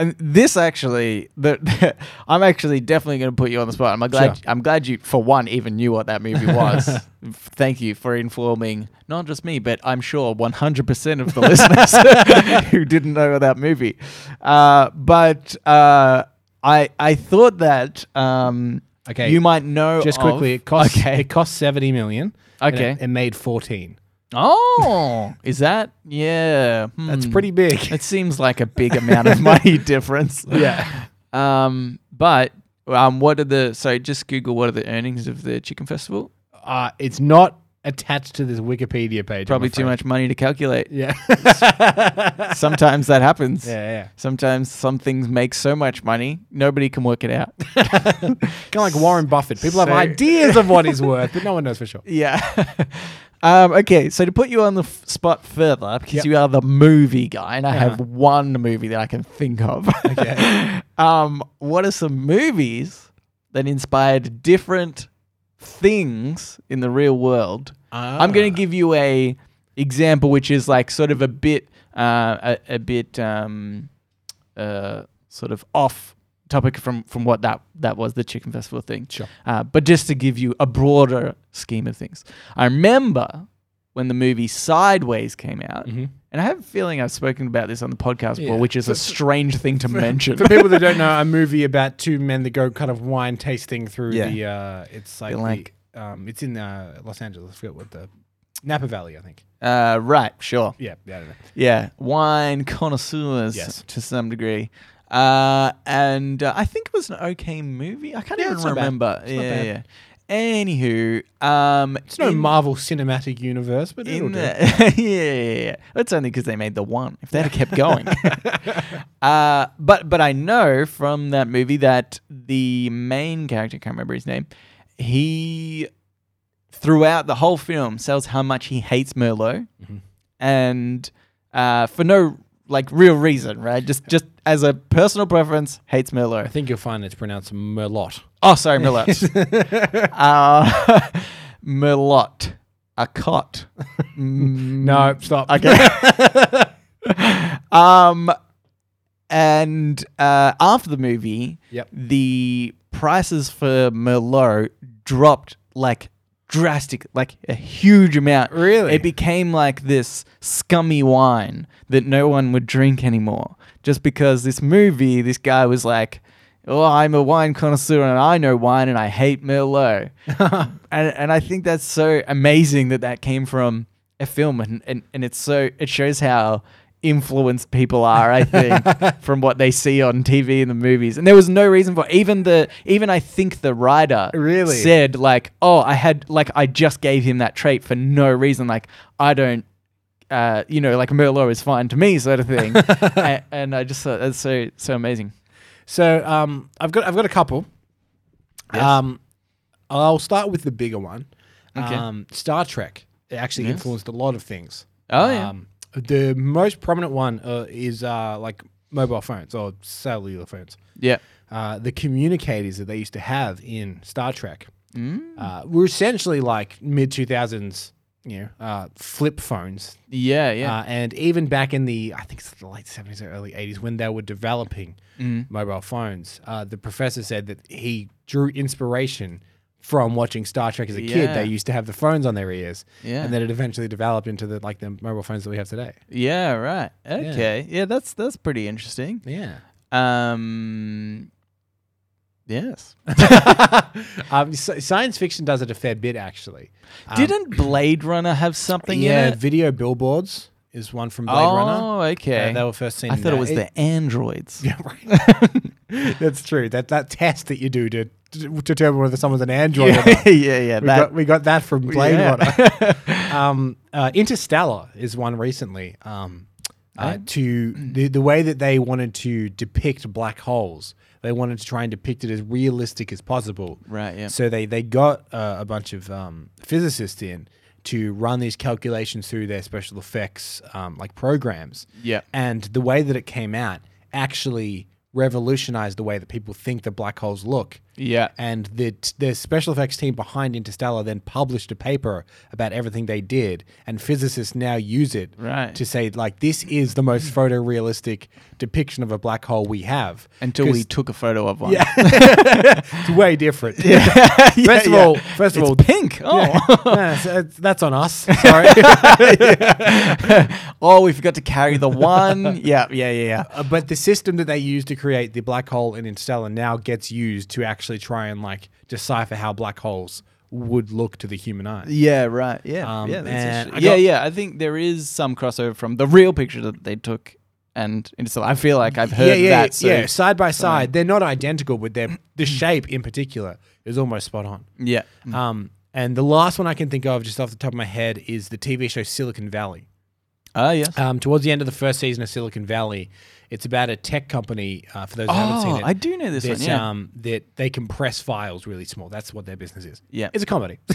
and this actually, the, I'm actually definitely going to put you on the spot. I'm glad. Sure. I'm glad you, for one, even knew what that movie was. F- Thank you for informing not just me, but I'm sure 100% of the listeners who didn't know about that movie. Uh, but uh, I I thought that um, Okay, you might know Just of- quickly, it cost Okay. it cost seventy million. and Okay. it, it made fourteen. Oh, is that yeah? That's hmm. pretty big. It seems like a big amount of money difference. yeah. Um, but um, what are the so just Google what are the earnings of the chicken festival? Uh, it's not attached to this Wikipedia page. I'm Probably too afraid. much money to calculate. Yeah. Sometimes that happens. yeah, yeah. Sometimes some things make so much money nobody can work it out. Kind of like Warren Buffett. People So- have ideas of what he's worth, but no one knows for sure. yeah. um, okay, so to put you on the f- spot further, because Yep. you are the movie guy, and I have Uh-huh. one movie that I can think of. Okay. um, what are some movies that inspired different things in the real world? Uh, I'm going to give you a example, which is like sort of a bit, uh, a, a bit, um, uh, sort of off topic from from what that that was the chicken festival thing. Sure. Uh, but just to give you a broader scheme of things, I remember when the movie Sideways came out. And I have a feeling I've spoken about this on the podcast before, Mm-hmm. Yeah. which is a strange thing to mention. For people that don't know, a movie about two men that go kind of wine tasting through Yeah. the. Uh, it's like, They're the- like- um, it's in uh, Los Angeles. I forget what the Napa Valley, I think. Uh, right, sure. Yeah, yeah, I don't know. Yeah, wine connoisseurs Yes. to some degree. Uh, and uh, I think it was an okay movie. I can't Yeah, even it's not bad. remember. not yeah, bad. yeah. Anywho, um, It's no Marvel Cinematic Universe, but it'll in do. the, yeah, yeah, yeah. That's only because they made the one. If they'd have kept going, uh, but but I know from that movie that the main character, I can't remember his name, he throughout the whole film sells how much he hates Merlot, and uh, for no like real reason, right? Just just as a personal preference, hates Merlot. I think you'll find it's pronounced Merlot. Oh, sorry, Merlot. uh, Merlot. A cot. Mm. No, stop. Okay. um, and uh, after the movie, Yep. the prices for Merlot dropped like drastic, like a huge amount. Really? It became like this scummy wine that no one would drink anymore. Just because this movie, this guy was like, Oh, I'm a wine connoisseur and I know wine and I hate Merlot. and, and I think that's so amazing that that came from a film and, and, and it's so, it shows how influenced people are, I think, from what they see on TV and the movies. And there was no reason for even the, even I think the writer Really? said, said like, "Oh, I had like I just gave him that trait for no reason. Like I don't, uh, you know, like Merlot is fine to me, sort of thing." and, and I just thought that's so so amazing. So um, I've got I've got a couple. Um, I'll start with the bigger one. Okay. Um, Star Trek it actually Yes. influenced a lot of things. Oh, yeah. Um, the most prominent one uh, is uh, like mobile phones or cellular phones. Yeah. Uh, the communicators that they used to have in Star Trek Mm. uh, were essentially like mid two thousands, you know, uh, flip phones Yeah. Yeah. uh, and even back in the, I think it's the late 70s or early 80s, when they were Mm-hmm. developing mobile phones, uh, the professor said that he drew inspiration from watching Star Trek as a kid. Yeah. They used to have the phones on their ears, Yeah. and then it eventually developed into the like the mobile phones that we have today. Yeah, right. Okay. Yeah, that's that's pretty interesting. Yeah. Um Yes. Um, s- science fiction does it a fair bit, actually. Um, Didn't Blade Runner have something yeah, in it? video billboards is one from Blade oh, Runner. okay. Uh, they were first seen. I thought it there. was the androids. Yeah, right. That's true. That that test that you do to to determine whether someone's an android. or not. yeah, yeah. We, That, got, we got that from Blade Yeah. Runner. um, uh, Interstellar is one recently. Um, uh, to the, the way that they wanted to depict black holes, they wanted to try and depict it as realistic as possible. Right, yeah. So they they got uh, a bunch of um, physicists in to run these calculations through their special effects um, like programs. Yeah. And the way that it came out actually revolutionized the way that people think the black holes look. Yeah. And the the special effects team behind Interstellar then published a paper about everything they did, and physicists now use it Right. to say like this is the most photorealistic depiction of a black hole we have. until 'Cause we took a photo of one. it's way different. first of yeah. all, first of It's all, pink. Oh. Yeah, so it's- that's on us. Sorry. oh, we forgot to carry the one. yeah, yeah, yeah, yeah. Uh, but the system that they use to create the black hole in Interstellar now gets used to actually try and like decipher how black holes would look to the human eye. Yeah, right. Yeah, Um, yeah, that's and interesting. I yeah, got- yeah. I think there is some crossover from the real picture that they took, and Interstellar. I feel like I've heard yeah, yeah, that. So yeah. Side by side, they're not identical, but they're the shape in particular is almost spot on. yeah. Um, and the last one I can think of, just off the top of my head, is the TV show Silicon Valley. Ah, yes. Um, towards the end of the first season of Silicon Valley, it's about a tech company. Uh, for those who haven't seen Oh, it, I do know this one. that, Yeah. um, that they compress files really small. That's what their business is. Yeah. It's a comedy.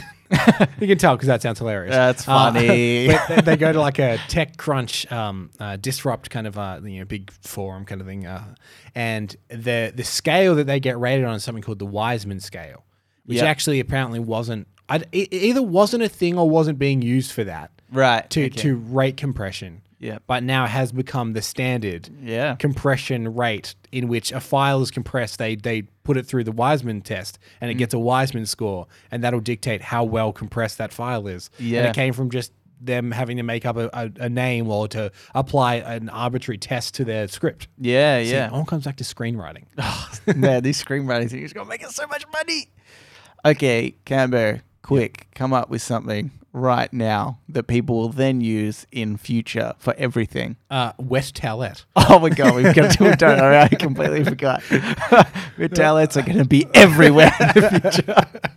you can tell because that sounds hilarious. That's Uh, funny. but they, they go to like a tech crunch, um, uh, disrupt kind of uh, you know big forum kind of thing, uh, and the the scale that they get rated on is something called the Wiseman scale, which Yeah. actually apparently wasn't. I, it it either wasn't a thing or wasn't being used for that right. to okay. to rate compression. Yeah. But now has become the standard Yeah. compression rate in which a file is compressed. They they put it through the Wiseman test and Mm. it gets a Wiseman score, and that'll dictate how well compressed that file is. And Yeah. it came from just them having to make up a, a, a name or to apply an arbitrary test to their script. Yeah. See, Yeah. it all comes back to screenwriting. Man, these screenwriting things are gonna make us so much money. Okay, Cambo, quick, come up with something right now that people will then use in future for everything. Uh, West Towlett. Oh my god, we've got to done. All right, I completely forgot. Metallics are going to be everywhere in the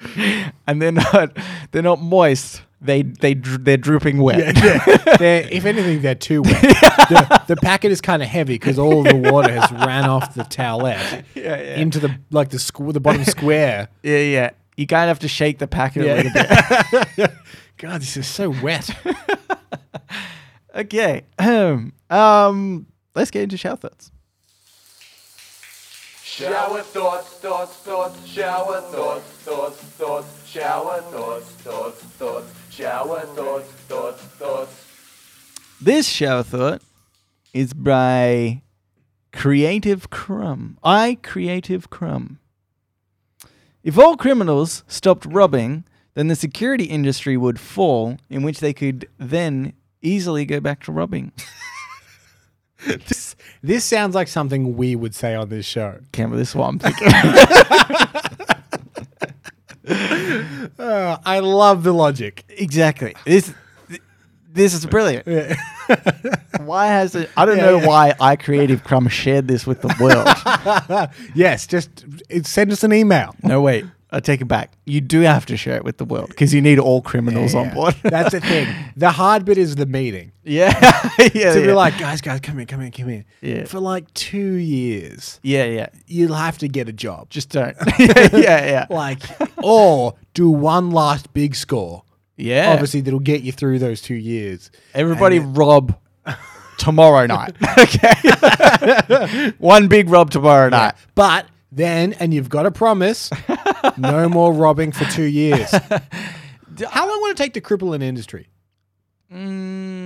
future, and they're not. They're not moist. They they dr- they're drooping wet. They're- if anything, they're too wet. the, the packet is kind of heavy because all the water has ran off the towelette into the like the squ- the bottom square. Yeah, yeah. You kind of have to shake the packet a little bit. God, this is so wet. Okay. Ahem. um, let's get into shower thoughts. Shower thoughts, thoughts, thoughts, shower thoughts, thoughts, thoughts, shower thoughts, thoughts, thoughts, shower thoughts, thoughts, thoughts. This shower thought is by Creative Crumb. I Creative Crumb. If all criminals stopped robbing, then the security industry would fall, in which they could then easily go back to robbing. this, this sounds like something we would say on this show. Can't believe this is what I'm thinking. Uh, I love the logic. exactly. This th- this is brilliant. why has it? I don't Yeah, know yeah. why I Creative Crumb shared this with the world. Yes, just it, send us an email. No, wait. I take it back. You do have to share it with the world because you need all criminals on Yeah. board. That's the thing. The hard bit is the meeting. yeah. yeah. To be yeah. like, guys, guys, come here, come here, come here. Yeah. For like two years, yeah, yeah. you'll have to get a job. Just don't. yeah, yeah. Yeah. like or do one last big score yeah. obviously that'll get you through those two years Everybody rob tomorrow night. okay. One big rob tomorrow night. but then and you've got to promise no more robbing for two years how long will it take to cripple an industry you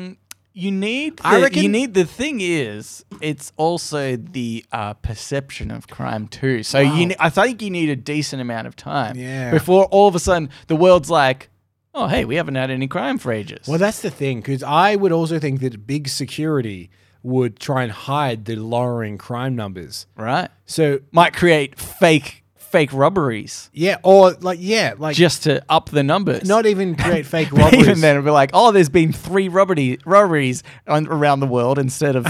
need I the, you reckon- need the thing is it's also the uh, perception of crime too. So you ne- I think you need a decent amount of time Yeah. before all of a sudden the world's like, oh hey, we haven't had any crime for ages. Well, that's the thing, because I would also think that big security would try and hide the lowering crime numbers. right? So Might create fake fake robberies yeah, or like yeah, like just to up the numbers. not even create fake But robberies. Even then, it'd be like, oh, there's been three robbery, robberies on, around the world instead of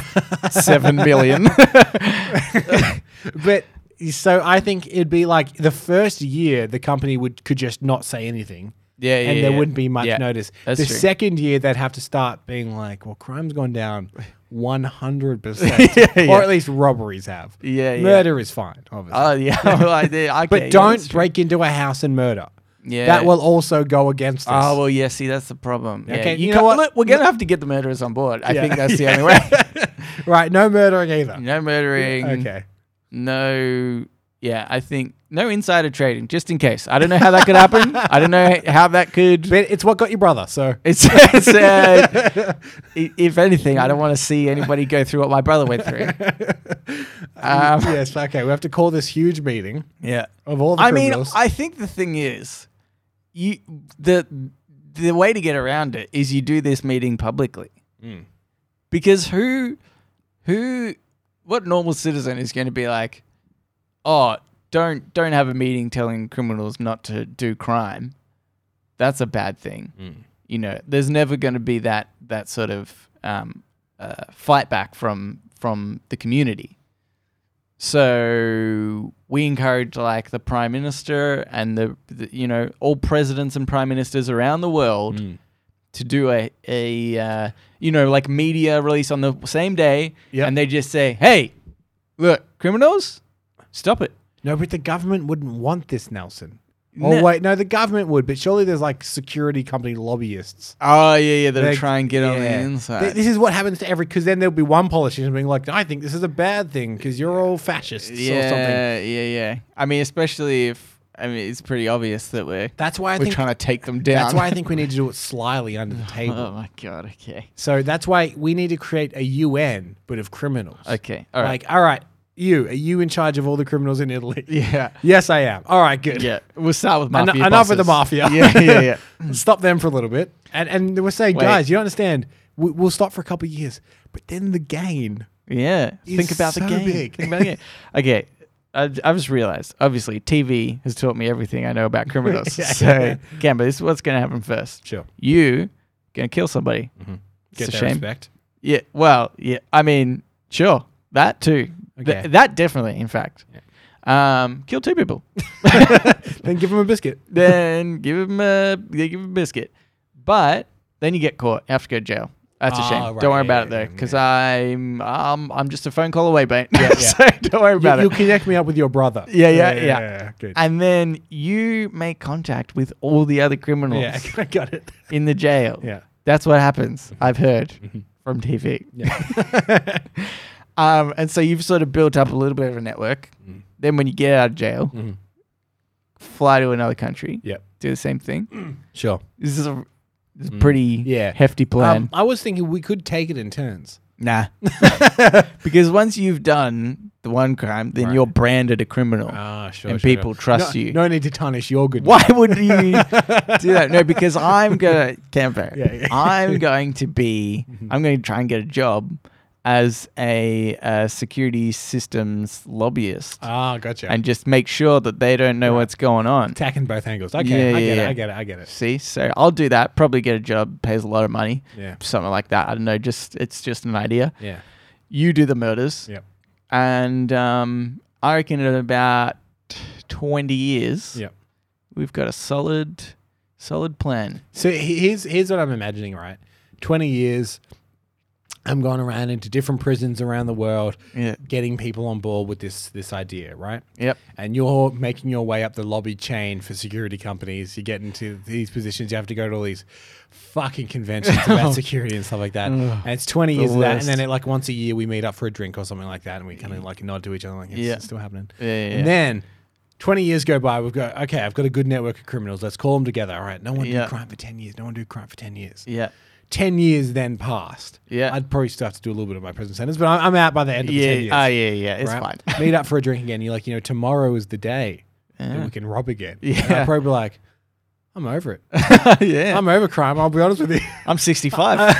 seven million. But so I think it'd be like the first year the company would could just not say anything. Yeah, and yeah, there yeah. wouldn't be much Yeah, notice. that's the true. second year they'd have to start being like, well, crime's gone down 100%. yeah. Or at least robberies have. Yeah, yeah. Murder is fine, obviously. oh yeah, well, I, I, but okay, yeah, don't that's true. break into a house and murder. Yeah. That will also go against us. Oh well, yeah. See, that's the problem. Okay, Okay, you, you know know what? Look, we're gonna have to get the murderers on board. I Yeah. think that's the only way. right, no murdering either. no murdering. Okay. No. Yeah, I think no insider trading, just in case. I don't know how that could happen. I don't know how that could. But it's what got your brother, so. It's, it's uh, i- if anything, I don't want to see anybody go through what my brother went through. Um, yes, okay. We have to call this huge meeting Yeah. of all the I mean, criminals. I think the thing is, you the the way to get around it is you do this meeting publicly, because who who what normal citizen is going to be like, oh, don't don't have a meeting telling criminals not to do crime. That's a bad thing. You know, there's never going to be that that sort of um, uh, fight back from from the community. So we encourage like the prime minister and the, the you know all presidents and prime ministers around the world to do a a uh, you know like media release on the same day, Yep. and they just say, "Hey, look, criminals, stop it." No, but the government wouldn't want this, Nelson. No. Oh wait, no, the government would, but surely there's like security company lobbyists. Oh yeah, yeah. They'll They- try and get on the yeah. Th- inside. This is what happens to every. Because then there'll be one politician being like, "I think this is a bad thing because you're all fascists or something." yeah, yeah, yeah. I mean, especially if I mean, it's pretty obvious that we're That's why I we're think. trying to take them down. That's why I think we need to do it slyly under the table. oh my god. Okay. So that's why we need to create a UN, but of criminals. Okay. All right. Like, all right, you are you in charge of all the criminals in Italy? yeah. Yes, I am. All right, good. Yeah, we'll start with En- mafia. enough of the bosses. mafia. Yeah, yeah, yeah. Hmm. stop them for a little bit. And and they were saying, Wait. guys, you don't understand. We, we'll stop for a couple of years, but then the gain. yeah. Think about the so game. big. Think about the game. Okay. I, I've just realized, obviously, TV has taught me everything I know about criminals. Yeah. So, Gamba, this is what's going to happen first. Sure. You going to kill somebody. Get it's a that shame. respect. Yeah. Well, yeah. I mean, sure. That too. Th- Okay. that definitely, in fact. Um, kill two people. Then give them a biscuit. then give him a they give him a biscuit. But then you get caught, you have to go to jail. That's a Ah, shame. right, don't worry yeah, about yeah, it though, yeah, because I'm um, I'm just a phone call away, mate. so don't worry You, about you it. connect me up with your brother. Yeah, yeah, yeah. Good. And then you make contact with all the other criminals yeah, I got it. in the jail. Yeah. That's what happens. Mm-hmm. I've heard from TV. um, and so you've sort of built up a little bit of a network. Mm-hmm. Then when you get out of jail, fly to another country, Yep. do the same thing. Sure. This is a, this is a pretty Mm. Yeah. hefty plan. Um, I was thinking we could take it in turns. nah. because once you've done the one crime, then you're branded a Uh, criminal. Ah, sure. And sure, people sure. trust No- you. No need to tarnish your good. Why would you do that? No, because I'm gonna Camper. Yeah, Mm-hmm. yeah. I'm going to be. I'm going to try and get a job as a uh, security systems lobbyist, Ah, gotcha. and just make sure that they don't know what's going on. attacking both angles. Okay, Yeah, I yeah, get yeah. it. I get it. I get it. See, so I'll do that. Probably get a job, pays a lot of money, Yeah. something like that. I don't know. Just it's just an idea. Yeah. You do the murders, Yep. and um, I reckon in about twenty years, Yep. we've got a solid, solid plan. So he- here's here's what I'm imagining, right? Twenty years, I'm going around into different prisons around the world, Yeah. getting people on board with this this idea, right? Yep. And you're making your way up the lobby chain for security companies. You get into these positions. You have to go to all these fucking conventions about security and stuff like that. and it's twenty years of that, and then worst. it, like once a year we meet up for a drink or something like that, and we kind of like nod to each other, like it's, Yeah. it's still happening. Yeah, yeah, yeah. And then. 20 years go by, we've got, okay, I've got a good network of criminals. Let's call them together. All right, no one Yeah. do crime for 10 years. No one do crime for 10 years. Yeah. 10 years then passed, Yeah. I'd probably still have to do a little bit of my present sentence, but I'm, I'm out by the end of the 10 years. Yeah. Ah, yeah, yeah. It's right? fine. Meet up for a drink again. You're like, you know, tomorrow is the day that we can rob again. And Yeah. I'd probably be like, I'm over it. yeah. I'm, I'm over crime. I'll be honest with you. 65.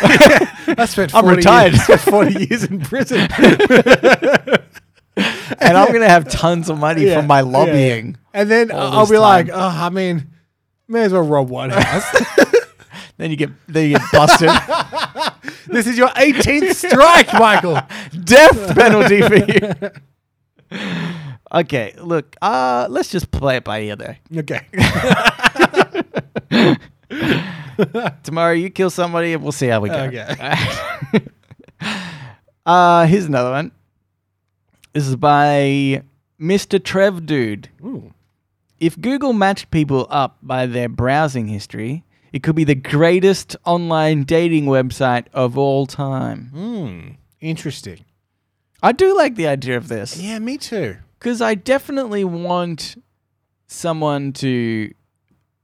I spent I'm 40 retired. Years, I spent 40 years in prison. and I'm going to have tons of money Yeah, from my yeah. lobbying. And then I'll this be like, time. oh, I mean, may as well rob one house. Then you get then you get busted. this is your 18th strike, Michael. Death penalty for you. okay, look, uh, let's just play it by ear there. Okay. Tomorrow you kill somebody and we'll see how we go. Okay. Uh, here's another one. This is by Mr. Trev Dude. Ooh. If Google matched people up by their browsing history, it could be the greatest online dating website of all time. Hmm. Interesting. I do like the idea of this Yeah, me too. because I definitely want someone to,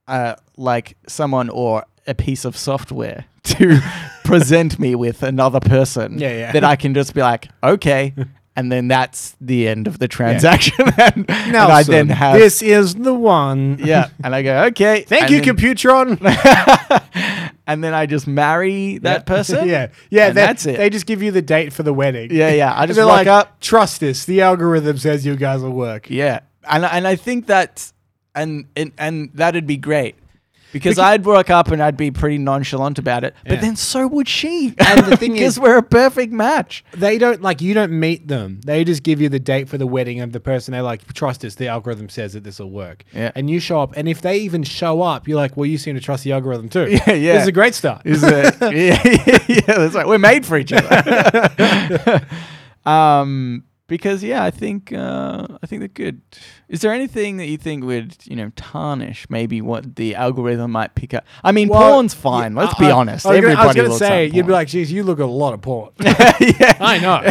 uh, like someone or a piece of software to present me with another person Yeah, yeah. that I can just be like, okay. And then that's the end of the transaction. and, and I then have. this is the one. yeah, and I go okay. Thank and you, then- Computron. and then I just marry that person. yeah, yeah. And they- that's it. They just give you the date for the wedding. yeah, yeah. I And just they're like like, up. trust this. The algorithm says you guys will work. Yeah, and and I think that and and and that'd be great because I'd work up and I'd be pretty nonchalant about it. But Yeah. then so would she. And the thing because is- we're a perfect match. They don't like you. Don't meet them. They just give you the date for the wedding of the person. They're like, trust this. The algorithm says that this will work. Yeah. And you show up, and if they even show up, you're like, well, you seem to trust the algorithm too. Yeah, yeah. This is a great start. Is it? yeah, yeah. That's right. We're made for each other. um. Because yeah, I think uh, I think they're good. Is there anything that you think would you know tarnish maybe what the algorithm might pick up? I mean, Well, porn's fine. yeah, let's I- be I- honest. I was gonna, Everybody I was gonna looks say at you'd be porn. like, "Geez, you look at a lot of porn." yeah, I know.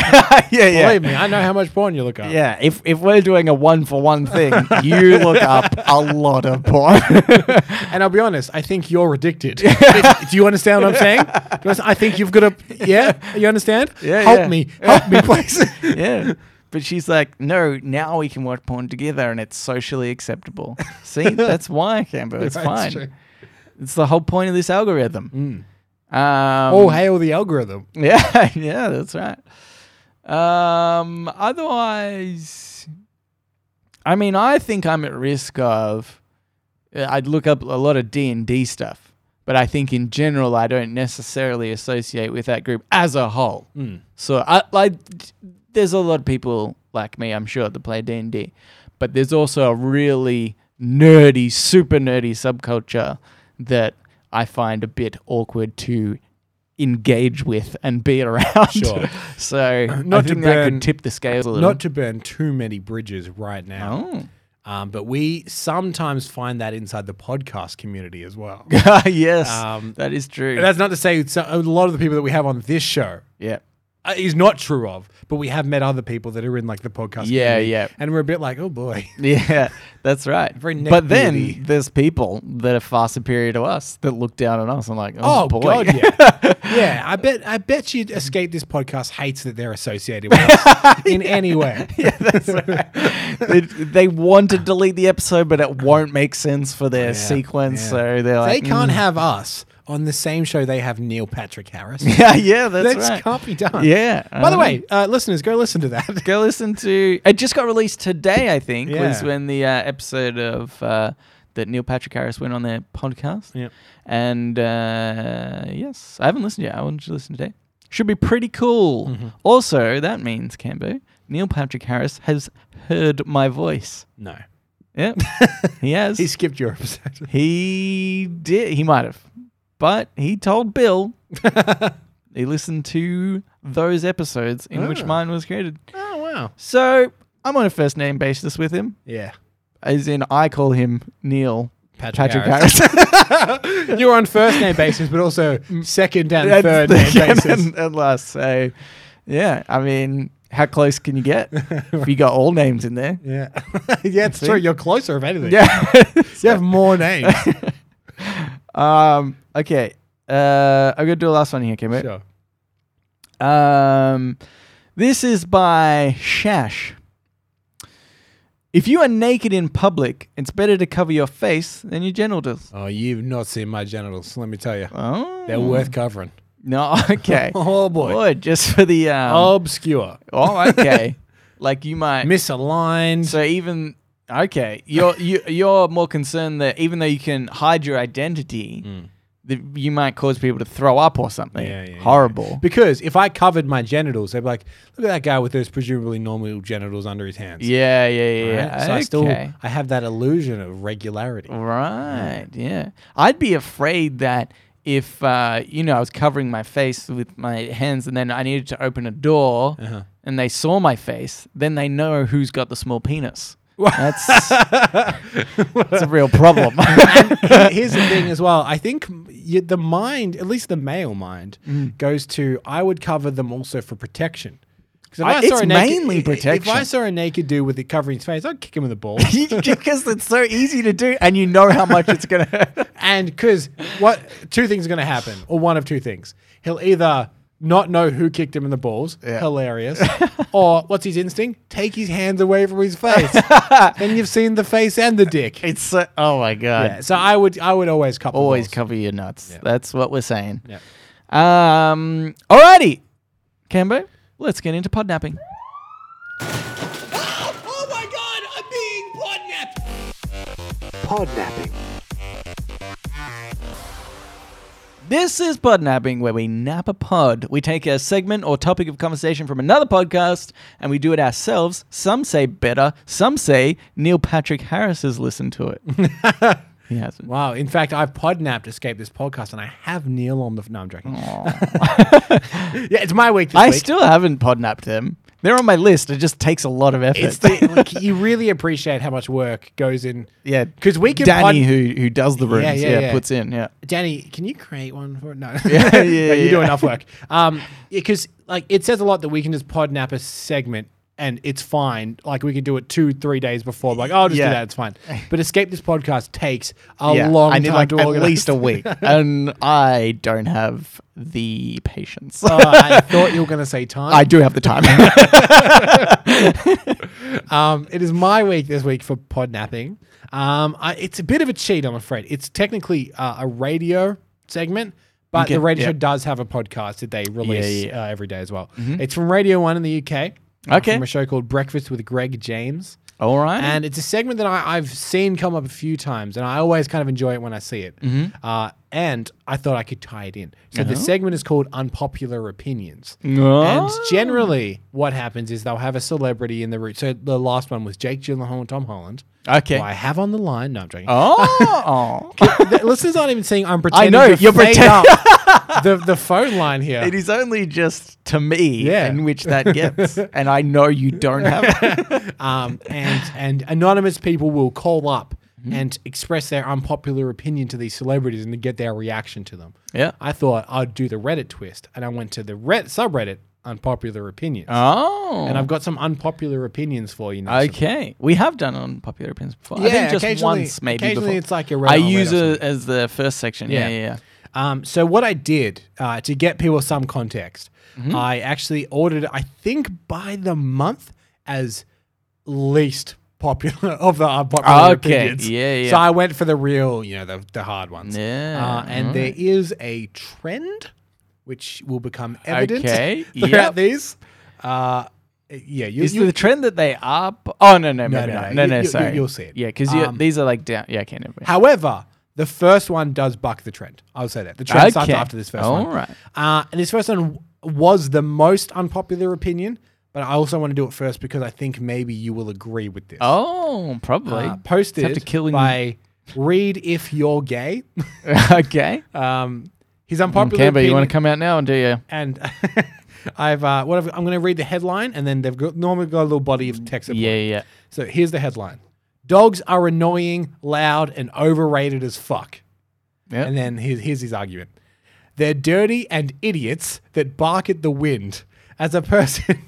yeah, yeah. Believe me, I know how much porn you look at. Yeah, if if we're doing a one for one thing, you look up a lot of porn. And I'll be honest, I think you're addicted. Do you understand what I'm saying? Do you understand? I think you've got to. Yeah, you understand? Yeah, Help yeah. me, help me, please. yeah. But she's like, no, now we can watch porn together and it's socially acceptable. See, that's why, Camber. It's That's fine. Mm. true. It's the whole point of this algorithm. Um, All hail Oh, the algorithm. Yeah, yeah, that's right. Um, otherwise, I mean, I think I'm at risk of. uh, I'd look up a lot of D and D stuff, but I think in general, I don't necessarily associate with that group as a whole. So, I like, there's a lot of people like me, I'm sure, that play D and D, but there's also a really nerdy, super nerdy subculture that I find a bit awkward to engage with and be around. Sure. so Not I to think that burn- could tip the scales a little. Not to burn too many bridges right now, oh. um, but we sometimes find that inside the podcast community as well. Ah, yes, Um, that is true. And that's not to say it's- a lot of the people that we have on this show yeah. uh, is not true of, but we have met other people that are in like the podcast. Yeah, community, yeah. And we're a bit like, oh boy. Yeah, that's right. Very but neck-beardy. then there's people that are far superior to us that look down on us and like, oh, Oh boy, god, yeah, yeah. I bet, I bet you escape this podcast hates that they're associated with us in any way. they, they want to delete the episode, but it won't make sense for their sequence. yeah. So they're They like, can't "Mm." have us on the same show. They have Neil Patrick Harris. Yeah, yeah, that's, that right. can't be done. Yeah. By the uh, way, uh, listeners, go listen to that. go listen to. It just got released today, I think, was Yeah. when the uh, episode of uh, that Neil Patrick Harris went on their podcast. Yeah. And uh, yes, I haven't listened yet. I want to listen today. Should be pretty cool. Mm-hmm. Also, that means Cambo Neil Patrick Harris has heard my voice. No, Yep, he has. he skipped your episode. He did. He might have, but he told Bill he listened to those episodes in which Ah. mine was created. Oh wow. So I'm on a first name basis with him, Yeah. as in I call him Neil Patrick Patrick Harris. Harris. You're on first name basis, but also second and Mm. That's third the- name yeah, basis. and, and last. So yeah, I mean, how close can you get if you got all names in there? Yeah, yeah, it's See? true. You're closer, if anything. Yeah. you have more names. Um, okay. Uh, I'm gonna do a last one here, okay, mate. Sure. Um, this is by Shash. If you are naked in public, it's better to cover your face than your genitals. Oh, you've not seen my genitals. Let me tell you, Oh they're worth covering. no, okay. Oh boy, Boy, just for the um, oh, obscure, okay. like you might. misaligned. so even okay, you're you, you're more concerned that even though you can hide your identity, that you might cause people to throw up or something Mm. Yeah, yeah, yeah. horrible. Because if I covered my genitals, they'd be like, look at that guy with those presumably normal genitals under his hands. Yeah, yeah, yeah. Right? yeah. So I still Okay. I have that illusion of regularity. Right. Yeah. I'd be afraid that if uh, you know I was covering my face with my hands and then I needed to open a door Uh-huh. and they saw my face, then they know who's got the small penis. That's that's a real problem. Here's the thing as well. I think you, the mind, at least the male mind, Mm. goes to I would cover them also for protection. 'Cause if I- saw it's a naked- mainly i- i- If I protection. saw a naked dude with it covering his face, I'd kick him in the balls. because it's so easy to do and you know how much it's going to And because what two things are going to happen, or one of two things. He'll either not know who kicked him in the balls, hilarious, or what's his instinct? Take his hands away from his face. then you've seen the face and the dick. It's so, oh my god. Yeah, so I would, I would always couple. Always balls. cover your nuts. That's what we're saying. Yeah. Um alrighty. Cambo, let's get into podnapping. Oh my god, I'm being podnapped! This is Podnapping, where we nap a pod. We take a segment or topic of conversation from another podcast and we do it ourselves. Some say better, some say Neil Patrick Harris has listened to it. he hasn't. Wow. In fact, I've podnapped Escape This Podcast and I have Neil on the. F- no, I'm joking. yeah, it's my week this I week. still haven't podnapped them. They're on my list. It just takes a lot of effort. it's the, like, you really appreciate how much work goes in. yeah, Because we can Danny, pod- who who does the rooms, Yeah, yeah, yeah, yeah. puts in, yeah. Danny, can you create one for no? Yeah, No, yeah, you do yeah. enough work. Um, because like it says a lot that we can just podnap a segment and it's fine. Like we could do it two, three days before. Like, oh, I'll just Yeah. do that. It's fine. But escape this podcast takes a yeah. long I need time like to at organize. least a week, and I don't have the patience. Oh, I thought you were going to say time. I do have the time. Um, it is my week this week for podnapping. Um, I, it's a bit of a cheat, I'm afraid. It's technically uh, a radio segment, but Okay, the radio yeah. show does have a podcast that they release Yeah, yeah. Mm-hmm. Uh, every day as well. It's from Radio One in the UK. uh, Okay. From a show called Breakfast with Greg James. All right. And it's a segment that I, I've seen come up a few times, and I always kind of enjoy it when I see it. Mm-hmm. Uh, and I thought I could tie it in. So Oh. the segment is called Unpopular Opinions. And Oh. generally, what happens is they'll have a celebrity in the route. So the last one was Jake Gyllenhaal and Tom Holland. Okay. Who I have on the line. No, I'm joking. Oh, The listeners aren't even seeing I'm pretending. know, to you're fade pretend- up the, the phone line here. it is only just to me Yeah. in which that gets, and I know you don't have. um, and and anonymous people will call up Mm-hmm. and express their unpopular opinion to these celebrities and to get their reaction to them. Yeah. I thought I'd do the Reddit twist, and I went to the Red subreddit unpopular opinions, Oh, and I've got some unpopular opinions for you. Now. okay. We have done on popular opinions before. I Yeah, think just occasionally- once, maybe. occasionally before. it's like a I radar use radar it as the first section. Yeah, yeah. yeah. Um, so what I did uh, to get people some context, Mm-hmm. I actually ordered. I think by the month as least popular of the unpopular Okay, opinions. yeah, yeah. So I went for the real, you know, the, the hard ones. Yeah, Uh, and there is a trend which will become evident Okay, throughout yep. these. Uh, yeah, you, Is you, the trend that they are? p- Oh no, no, maybe no, not. No, no. You- no, you- you- sorry. you'll see it. Yeah, because Um, these are like down. Yeah, okay, never. mind. However, the first one does buck the trend. I'll say that. The trend starts Okay. after this first All one. right. Uh, and this first one was the most unpopular opinion, but I also want to do it first because I think maybe you will agree with this. Oh, probably uh, posted Have to kill in- by Read If You're Gay. okay. um, his unpopular Camber, opinion. you want to come out now and do your And I've uh, what I've, I'm going to read the headline, and then they've got, normally got a little body of text. that yeah, yeah. so here's the headline Dogs are annoying, loud, and overrated as fuck. Yep. And then here's, here's his argument They're dirty and idiots that bark at the wind. As a person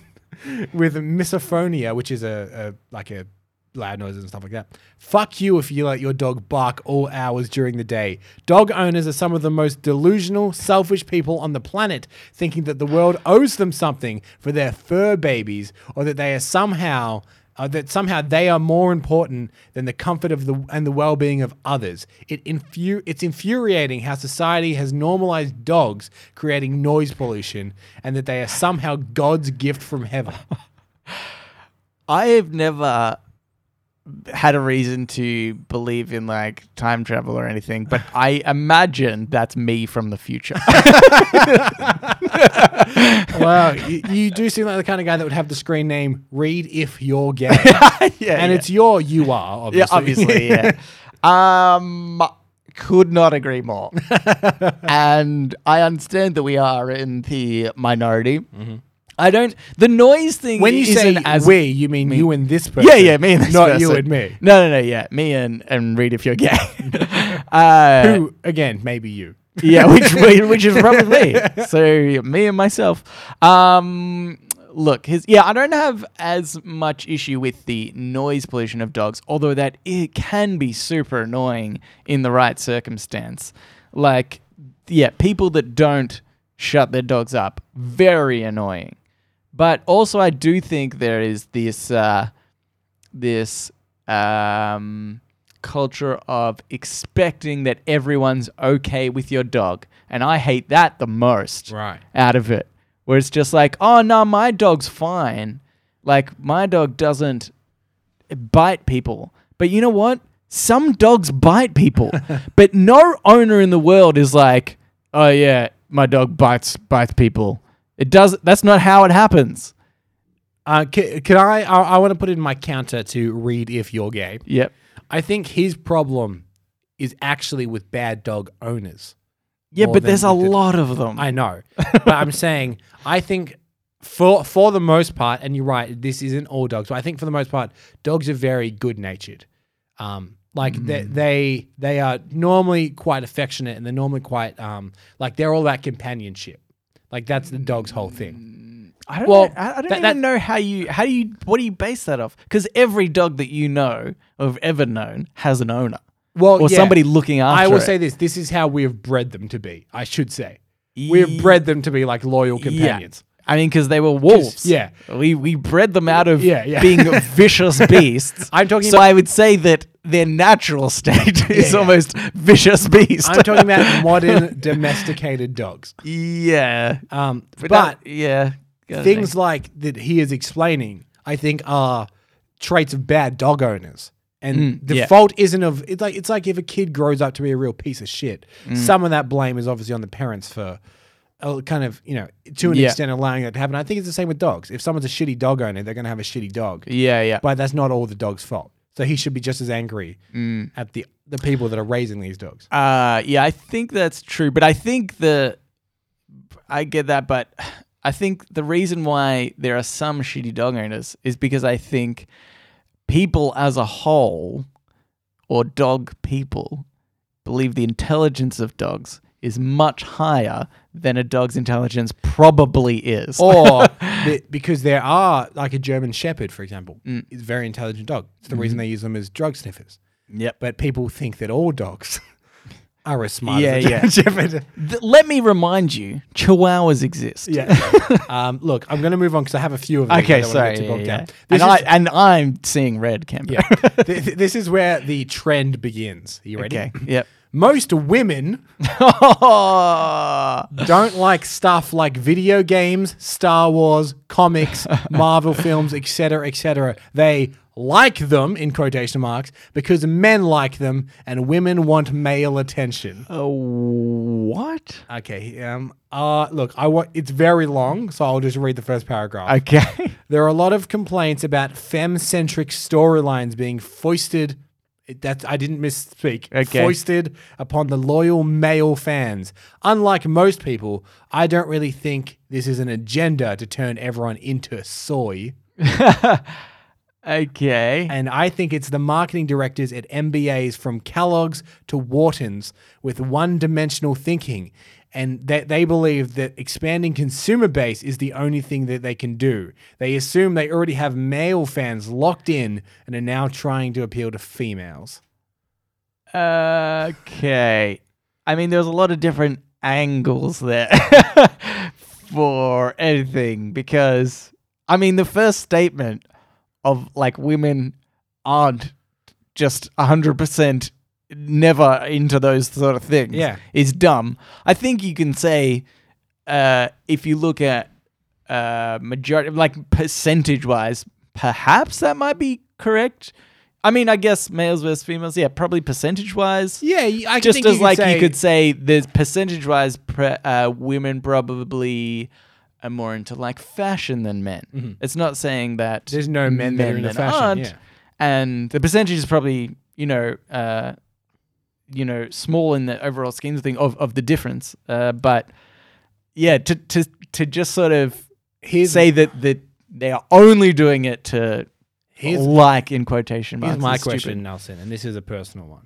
with misophonia, which is a, a like a loud noises and stuff like that. Fuck you if you let your dog bark all hours during the day. Dog owners are some of the most delusional, selfish people on the planet, thinking that the world owes them something for their fur babies or that they are somehow uh, that somehow they are more important than the comfort of the and the well-being of others. It infu- it's infuriating how society has normalized dogs creating noise pollution and that they are somehow God's gift from heaven. I have never had a reason to believe in like time travel or anything, but I imagine that's me from the future. wow, you, you do seem like the kind of guy that would have the screen name "Read if you're gay," yeah, and yeah. it's your "you are" obviously. yeah, obviously, yeah. Um, could not agree more. and I understand that we are in the minority. I don't. The noise thing. Mm-hmm. when you isn't say as "we," you mean you and this person. Yeah, yeah, me and this not person. you and me. No, no, no, yeah, me and and Reed if you're gay. uh, Who again? Maybe you. yeah, which which is probably me. So me and myself. Um, look, his yeah, I don't have as much issue with the noise pollution of dogs, although that it can be super annoying in the right circumstance. Like, yeah, people that don't shut their dogs up, very annoying. But also, I do think there is this uh, this um, culture of expecting that everyone's okay with your dog, and I hate that the most. Right. Out of it, where it's just like, oh no, my dog's fine. Like my dog doesn't bite people. But you know what? Some dogs bite people. but no owner in the world is like, "Oh yeah, my dog bites bites people." It does that's not how it happens. Uh, can, can I? I, I want to put in my counter to "Read if you're gay." Yep. I think his problem is actually with bad dog owners. Yeah, More but than there's a with the- lot of them. I know, but I'm saying I think for for the most part, and you're right, this isn't all dogs, but I think for the most part, dogs are very good natured. Um, like they, they they are normally quite affectionate, and they're normally quite um, like they're all about companionship. Like that's the dog's whole thing. I don't Well, know, I I don't that- even that- know how you how do you what do you base that off? Because every dog that you know or have ever known has an owner Well, or yeah. somebody looking after. I will it. say this: this is how we have bred them to be. I should say we have bred them to be like loyal companions. Yeah. I mean, because they were wolves. yeah. we we bred them out of Yeah, yeah. being vicious beasts. I'm talking So about- I would say that their natural state is yeah. almost vicious beast. I'm talking about modern domesticated dogs. yeah, Um, but that- yeah, gotta things think. like that he is explaining, I think, are traits of bad dog owners. And the Mm, yeah. fault isn't of it's like it's like if a kid grows up to be a real piece of shit, Mm. some of that blame is obviously on the parents for uh, kind of you know to an Yeah. extent allowing that to happen. I think it's the same with dogs. If someone's a shitty dog owner, they're going to have a shitty dog. yeah, yeah. But that's not all the dog's fault. So he should be just as angry Mm. at the the people that are raising these dogs. Uh, yeah, I think that's true, but I think the I get that, but I think the reason why there are some shitty dog owners is because I think people as a whole or dog people believe the intelligence of dogs is much higher than a dog's intelligence probably is. or the, because there are like a German Shepherd, for example, Mm. is a very intelligent dog. It's the Mm-hmm. reason they use them as drug sniffers. yep. But people think that all dogs are as smart Yeah, as a German yeah. Shepherd. Th- let me remind you, chihuahuas exist. Yeah. um, look, I'm going to move on because I have a few of them. Okay, I don't wanna sorry. get too Yeah, bogged yeah. down. And, This I, is- and I'm seeing red, Kemper. yeah. Th- th- this is where the trend begins. Are you ready? okay. Yep. Most women don't like stuff like video games, Star Wars, comics, Marvel films, etc., etc. They like them in quotation marks because men like them and women want male attention. Uh, what? Okay. Um. Uh. Look, I want. It's very long, so I'll just read the first paragraph. Okay. There are a lot of complaints about femme-centric storylines being foisted. it- That I didn't misspeak. Okay. Foisted upon the loyal male fans. Unlike most people, I don't really think this is an agenda to turn everyone into soy. Okay. And I think it's the marketing directors at MBAs from Kellogg's to Wharton's with one dimensional thinking. And that they believe that expanding consumer base is the only thing that they can do. They assume they already have male fans locked in and are now trying to appeal to females. Okay. I mean, there's a lot of different angles there for anything because, I mean, the first statement of like women aren't just 100% never into those sort of things Yeah. is dumb. I think you can say, uh, if you look at uh, majority, like percentage wise, perhaps that might be correct. I mean, I guess males versus females, yeah, probably percentage wise. Yeah, I just think as like you could say, there's percentage wise, pre- uh, women probably are more into like fashion than men. It's not saying that Mm-hmm. There's no men that are into then fashion, aren't, yeah. and the percentage is probably you know. Uh, you know, small in the overall scheme of thing of, of the difference. Uh, but yeah, to, to to just sort of Here's- say that that they are only doing it to Here's- like in quotation marks. Here's my is stupid. question, Nelson, and this is a personal one.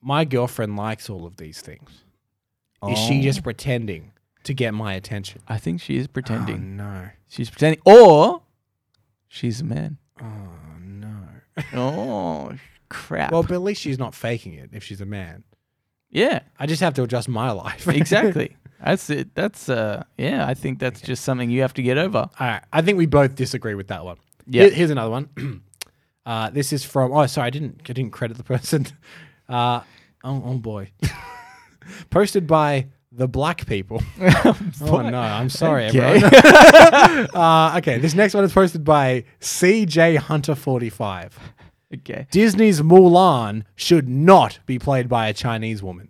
My girlfriend likes all of these things. Is she just pretending to get my attention? Oh, I think she is pretending. no. She's pretending, or she's a man. Oh no. Oh crap! Well, but at least she's not faking it if she's a man. yeah, I just have to adjust my life. exactly. that's it. That's uh, yeah. I think that's just something you have to get over. All right. I think we both disagree with that one. Yeah. Here- here's another one. uh, this is from. Oh, sorry. I didn't. I didn't credit the person. Uh, oh, oh boy. Posted by the black people. oh no. I'm sorry, everyone. Uh, okay, this next one is posted by CJ Hunter 45. okay. Disney's Mulan should not be played by a Chinese woman.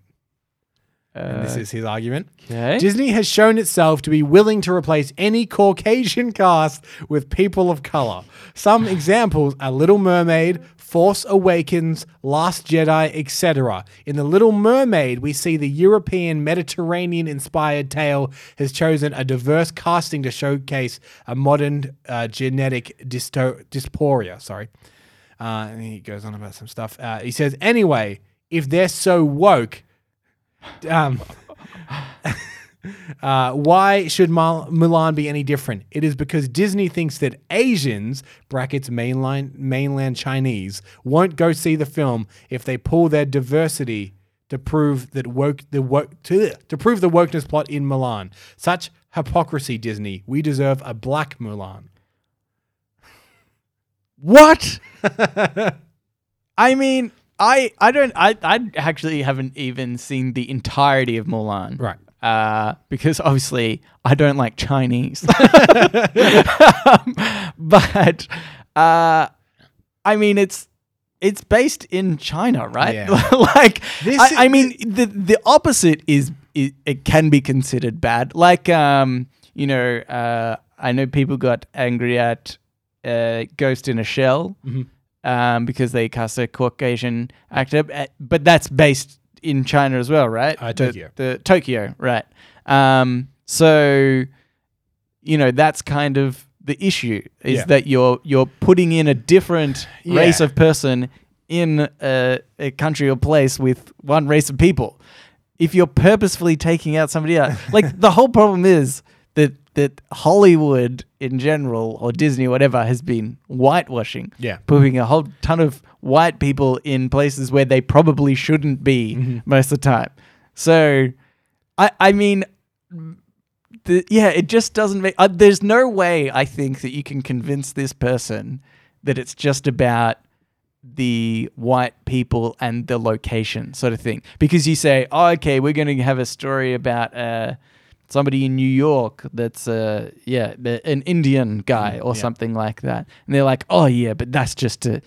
Uh, And this is his argument. Okay. Disney has shown itself to be willing to replace any Caucasian cast with people of color. Some examples are Little Mermaid, Force Awakens, Last Jedi, etc. In The Little Mermaid, we see the European Mediterranean inspired tale has chosen a diverse casting to showcase a modern uh, genetic dysto- dysphoria. Sorry. Uh, and he goes on about some stuff. Uh, he says, anyway, if they're so woke, um, uh, why should Mul- Mulan be any different? It is because Disney thinks that Asians (brackets mainland mainland Chinese) won't go see the film if they pull their diversity to prove that woke the woke to, to prove the wokeness plot in Milan. Such hypocrisy, Disney. We deserve a black Mulan. What? I mean, I I don't I I actually haven't even seen the entirety of Mulan. Right. Uh, because obviously I don't like Chinese. Um, but uh, I mean it's it's based in China, right? Yeah. like This I, is- I mean the the opposite is it, it can be considered bad. Like um, you know, uh, I know people got angry at uh, Ghost in a Shell Mm-hmm. um, because they cast a Caucasian actor, uh, but that's based in China as well, right? Uh, The- Tokyo. The, Tokyo, right? Um, so you know that's kind of the issue is Yeah. that you're you're putting in a different race Yeah. of person in a, a country or place with one race of people. If you're purposefully taking out somebody else, like the whole problem is that that Hollywood in general or Disney whatever has been whitewashing. Yeah. putting a whole ton of white people in places where they probably shouldn't be most of the time. So, I I mean, the, yeah, it just doesn't make. Uh, there's no way I think that you can convince this person that it's just about the white people and the location sort of thing. Because you say, oh, okay, we're going to have a story about uh, somebody in New York that's, uh, yeah, the- an Indian guy Mm, or something like that. And they're like, oh, yeah, but that's just to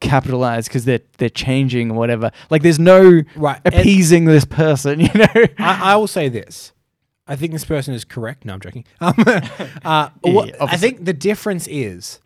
capitalize because they're, they're changing or whatever. Like, there's no Right, and- appeasing this person, you know? I, I will say this. I think this person is correct. No, I'm joking. Um, uh, what- yeah, I obviously. think the difference is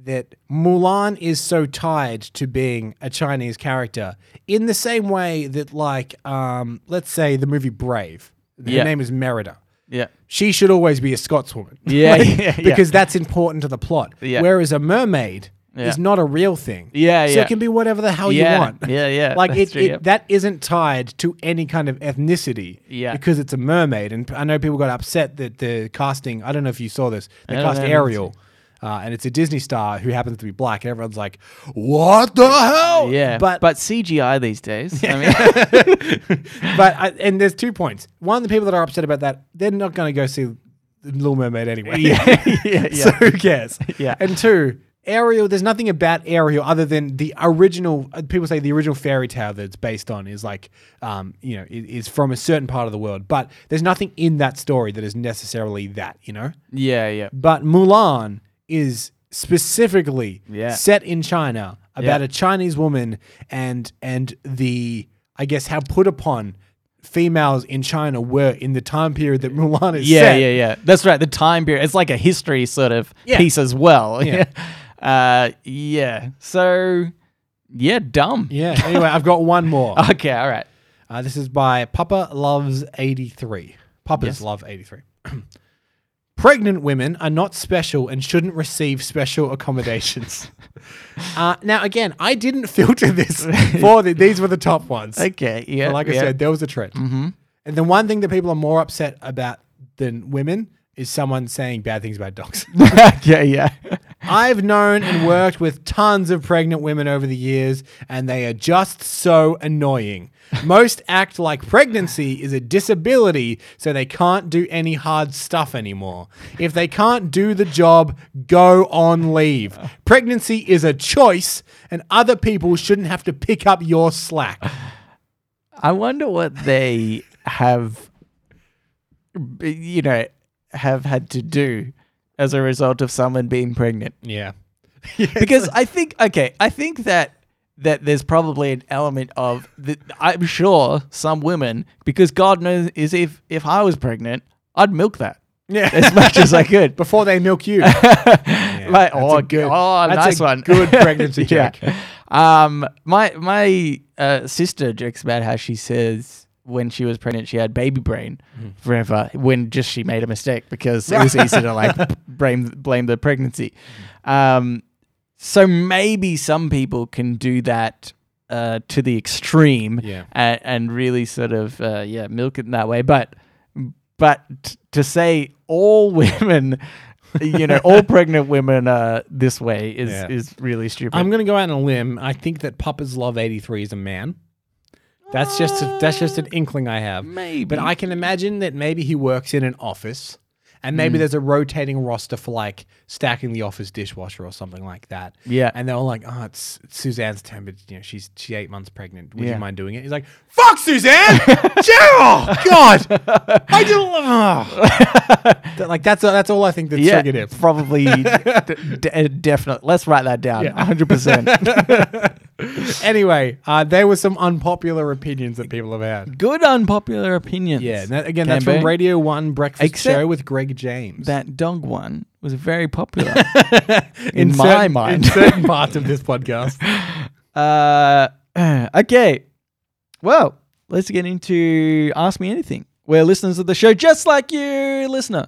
that Mulan is so tied to being a Chinese character in the same way that, like, um, let's say the movie Brave. Her Yeah. name is Merida. yeah. She should always be a Scotswoman. Yeah, yeah, yeah. Because that's important to the plot. Yeah. Whereas a mermaid Yeah. is not a real thing. Yeah, so yeah. it can be whatever the hell Yeah, you want. yeah, yeah, like that's it, true, it yep. that isn't tied to any kind of ethnicity. Yeah. because it's a mermaid, and I know people got upset that the casting. I don't know if you saw this. They I don't cast know, I haven't Ariel. Uh, and it's a Disney star who happens to be black. And everyone's like, "What the hell?" Yeah, but but but CGI these days. I mean, but I, and there's two points. One, the people that are upset about that, they're not going to go see Little Mermaid anyway. Yeah, yeah, so who cares? Yeah. And two, Ariel. There's nothing about Ariel other than the original. uh, People say the original fairy tale that it's based on is like, um, you know, i- is from a certain part of the world. But there's nothing in that story that is necessarily that. You know. yeah, yeah, But Mulan is specifically Yeah. set in China about Yeah. a Chinese woman and and the I guess how put upon females in China were in the time period that Mulan is yeah, set. yeah, yeah. That's right. The time period. It's like a history sort of Yeah. piece as well. Yeah. uh, yeah. So, yeah, dumb. Yeah. Anyway, I've got one more. Okay. All right. Uh, this is by Papa Loves 83. Papa's Love 83. Pregnant women are not special and shouldn't receive special accommodations. uh, now, again, I didn't filter this for the, these were the top ones. Okay. Yeah. But like yeah. Mm-hmm. I said, there was a trend. And the one thing that people are more upset about than women is someone saying bad things about dogs. okay. Yeah. I've known and worked with tons of pregnant women over the years, and they are just so annoying. Most act like pregnancy is a disability, so they can't do any hard stuff anymore. If they can't do the job, go on leave. Pregnancy is a choice, and other people shouldn't have to pick up your slack. I wonder what they have, b- you know, have had to do as a result of someone being pregnant. Yeah. because I think okay, I think that that there's probably an element of that I'm sure some women because God knows is if if I was pregnant, I'd milk that Yeah. as much as I could. before they milk you. like, that's oh, a good, good- oh, that's nice a one. good pregnancy joke. Um, my my uh, sister jokes about how she says when she was pregnant she had baby brain forever when just she made a mistake because it was easy to like blame blame the pregnancy. Um, so maybe some people can do that. Uh, to the extreme, Yeah. a- and, really sort of uh, yeah, milk it in that way. But but t- to say all women, you know, all pregnant women are this way is Yeah. is really stupid. I'm gonna go out on a limb. I think that Papa's Love '83 is a man. That's just a, that's just an inkling I have. maybe. but I can imagine that maybe he works in an office, and maybe there's a rotating roster for like stacking the office dishwasher or something like that. Yeah. and they're all like, "Oh, it's it's Suzanne's turn, but you know she's she's eight months pregnant. Would Yeah. you mind doing it?" He's like, "Fuck Suzanne, Gerald, God, I do." not like that's that's all I think that yeah, triggered him. probably definitely. Let's write that down. Yeah. 100. percent Anyway, uh, there were some unpopular opinions that people have had. Good unpopular opinions. Yeah, and that, again, Can that's from be. Radio One Breakfast Except- Show with Greg James. That dog one was very popular in, in my certain, mind. in certain parts of this podcast. Uh, okay. Well, let's get into Ask Me Anything, where listeners of the show, just like you, listener,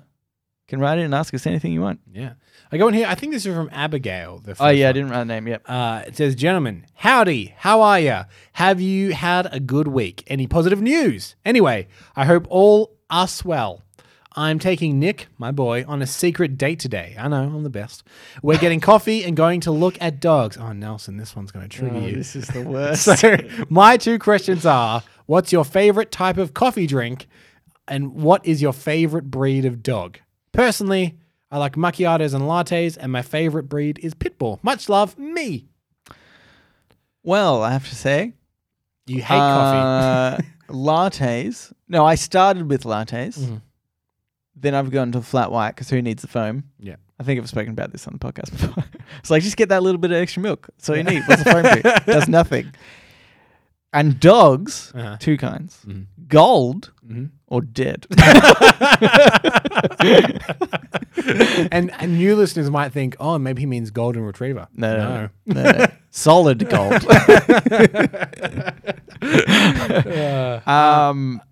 can write in and ask us anything you want. Yeah, I go in here. I think this is from Abigail. The Oh, first yeah, I one. didn't write a name. Yep. Uh, it says, gentlemen, howdy, how are ya? Have you had a good week? Any positive news? Anyway, I hope all are swell. I'm taking Nick, my boy, on a secret date today. I know, I'm the best. We're getting coffee and going to look at dogs. Oh, Nelson, this one's going to trigger you. Oh, is the worst. So my two questions are: What's your favorite type of coffee drink, and what is your favorite breed of dog? Personally, I like macchiatos and lattes, and my favorite breed is pit bull. Much love, me. well, I have to say, You hate coffee. Uh, lattes. No, I started with lattes. Mm-hmm. Then I've gone to flat white because who needs the foam? Yeah. I think I've spoken about this on the podcast before. it's like just get that little bit of extra milk. That's all you need. What's the foam do? Does nothing. And dogs, Uh-huh. Mm-hmm. two kinds: gold or dead. and and new listeners might think, oh, maybe he means golden retriever. No, no, no, no, no. solid gold. Uh, um,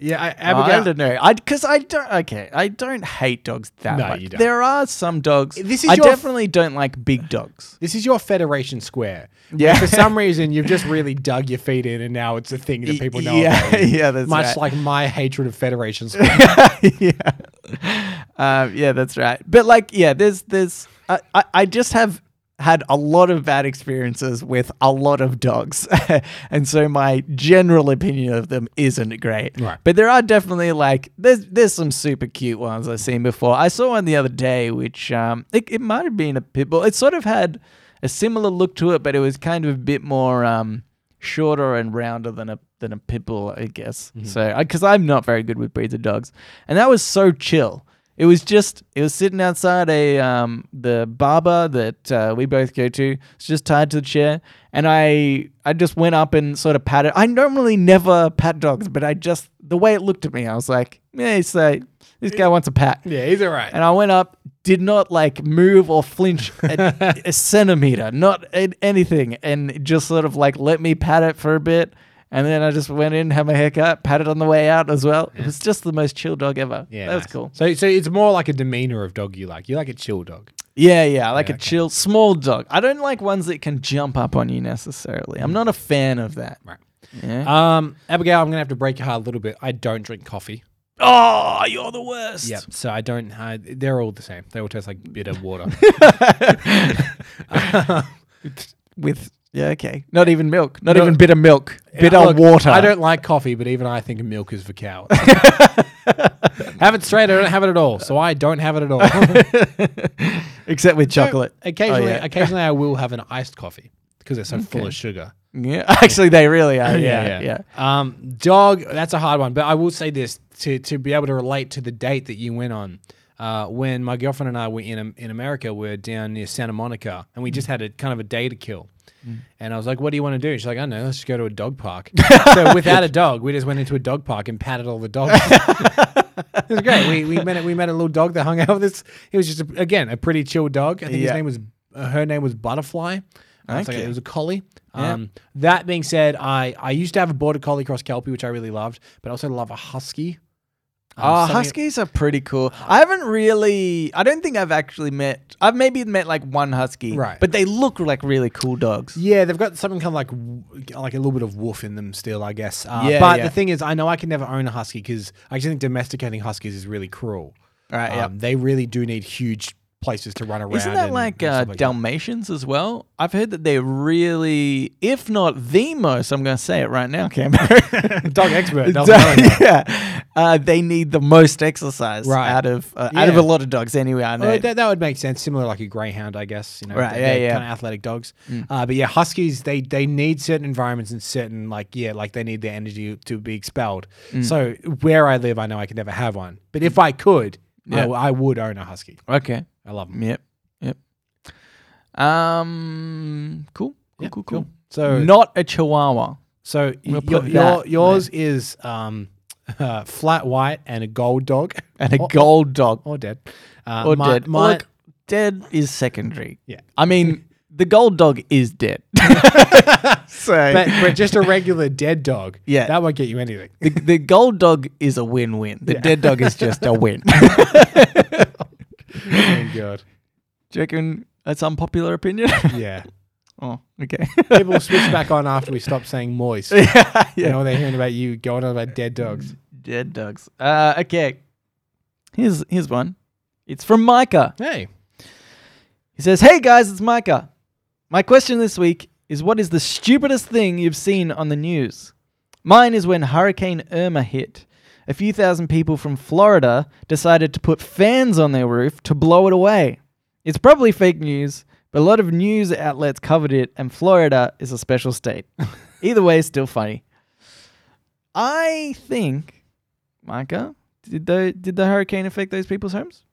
Yeah, I, I Abigail. don't know. I because I don't. Okay, I don't hate dogs that No, much. you don't. There are some dogs. This is I your- definitely don't like big dogs. this is your Federation Square. Yeah. For some reason, you've just really dug your feet in, and now it's a thing that people know. Yeah, about. yeah, that's Much right. like my hatred of Federation Square. yeah, um, yeah, that's right. But like, yeah, there's there's I, I I just have had a lot of bad experiences with a lot of dogs, and so my general opinion of them isn't great. Right. But there are definitely like there's there's some super cute ones I've seen before. I saw one the other day, which um it, it might have been a pit bull. It sort of had a similar look to it, but it was kind of a bit more um shorter and rounder than a than a pit bull, I guess. So because I'm not very good with breeds of dogs, and that was so chill. It was just it was sitting outside a um the barber that uh, we both go to. It's just tied to the chair, and I I just went up and sort of patted. I normally never pat dogs, but I just the way it looked at me, I was like, yeah, it's like this guy wants a pat. yeah, he's all right. And I went up, did not like move or flinch a, a centimeter, not a- anything, and it just sort of like let me pat it for a bit. And then I just went in, had my haircut, patted on the way out as well. It was just the most chill dog ever. Yeah, that was nice. cool. So, so it's more like a demeanor of dog you like. You like a chill dog. Yeah, yeah, I like a Yeah, okay. chill, small dog. I don't like ones that can jump up on you necessarily. I'm not a fan of that. Right. Yeah. Um, Abigail, I'm gonna have to break your heart a little bit. I don't drink coffee. oh, you're the worst. Yeah. So I don't. I, they're all the same. They all taste like bitter water. With yeah, okay. Not even milk. Not No. even bitter milk. Bitter Look, water. I don't like coffee, but even I think milk is for cowards. have it straight. I don't have it at all. So I don't have it at all. except with chocolate. occasionally, Oh, yeah. occasionally I will have an iced coffee because they're so full of sugar. Yeah, actually, they really are. Yeah, yeah. Um, dog, that's a hard one, but I will say this to to be able to relate to the date that you went on. Uh, when my girlfriend and I were in in America, we are down near Santa Monica, and we just Mm. had a kind of a day to kill. And I was like, "What do you want to do?" She's like, "I don't know. Let's just go to a dog park." so without a dog, we just went into a dog park and patted all the dogs. it was great. We we met a- we met a little dog that hung out with us. It was just a, again a pretty chill dog. I think Yeah. Ah. his name was uh, her name was Butterfly. I was like, Okay. it was a collie. Yeah. Um, that being said, I, I used to have a border collie cross kelpie, which I really loved, but I also love a husky. Um, Oh, something- huskies are pretty cool. I haven't really. I don't think I've actually met. I've maybe met like one husky. Right. But they look like really cool dogs. Yeah, they've got something kind of like w- like a little bit of wolf in them still, I guess. Uh, Yeah, but yeah. the thing is, I know I can never own a husky because I actually think domesticating huskies is really cruel. Right. yeah. Um, they really do need huge places to run around. Uh, Isn't that and- like and uh, stuff that. Dalmatians as well? I've heard that they're really, if not the most, I'm going to say it right now, Cam. dog expert? So, Dal- Dalmatian. yeah, uh, they need the most exercise Right. out of uh, out of Yeah. a lot of dogs anyway. I know. Well, that, that would make sense. Similar like a greyhound, I guess. You know, Right, they're, yeah, Mm. yeah. kind of athletic dogs. Uh, but yeah, huskies they they need certain environments and certain like yeah, like they need their energy to be expelled. Mm. So where I live, I know I could never have one. But if I could, I Yeah. w- I, would own a husky. okay. I love them. Yep. Yep. Um. Cool. Cool. Yeah, cool. Cool. So Not a Chihuahua. so We'll y- put your- your- that yours is um, uh, flat white and a gold dog and a Or- gold dog or dead uh, or Oh, my- dead. my- Look, dead is secondary. Yeah. I mean, the gold dog is dead. so but, but just a regular dead dog. Yeah. that won't get you anything. the, the gold dog is a win-win. The dead dog is just a win. Do Thank God. you reckon that's unpopular opinion? Yeah. oh, okay. people switch back on after we stop saying moist. yeah, You know, they're hearing about you going on about dead dogs. Dead dogs. Uh, okay. Here's here's one. It's from Micah. Hey. He says, Hey guys, it's Micah. My question this week is what is the stupidest thing you've seen on the news? Mine is when Hurricane Irma hit. A few thousand people from Florida decided to put fans on their roof to blow it away. It's probably fake news, but a lot of news outlets covered it, and Florida is a special state. Either way, it's still funny. I think, Micah, did the, did the hurricane affect those people's homes?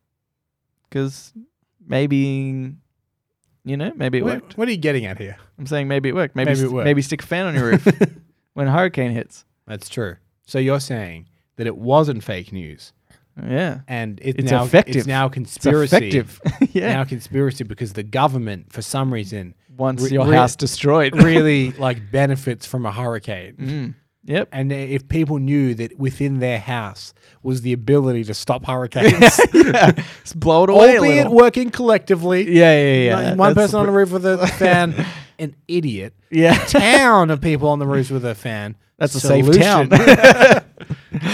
Because maybe, you know, maybe it worked. What, what are you getting at here? I'm saying maybe it worked. Maybe Maybe maybe, it worked. maybe stick a fan on your roof when a hurricane hits. That's true. So you're saying that it wasn't fake news Yeah, and it It's now, It's effective. now it's conspiracy. effective. yeah, Now conspiracy because the government, for some reason, once Re- your re- house destroyed. really like benefits from a hurricane. Mm. Yep. And if people knew that within their house was the ability to stop hurricanes, Just blow it away. a albeit little. working collectively, yeah, yeah, yeah. Like, That- one that's person on the pr- roof with a fan, an idiot. Yeah. Town of people on the roofs with a fan. That's a safe Solution.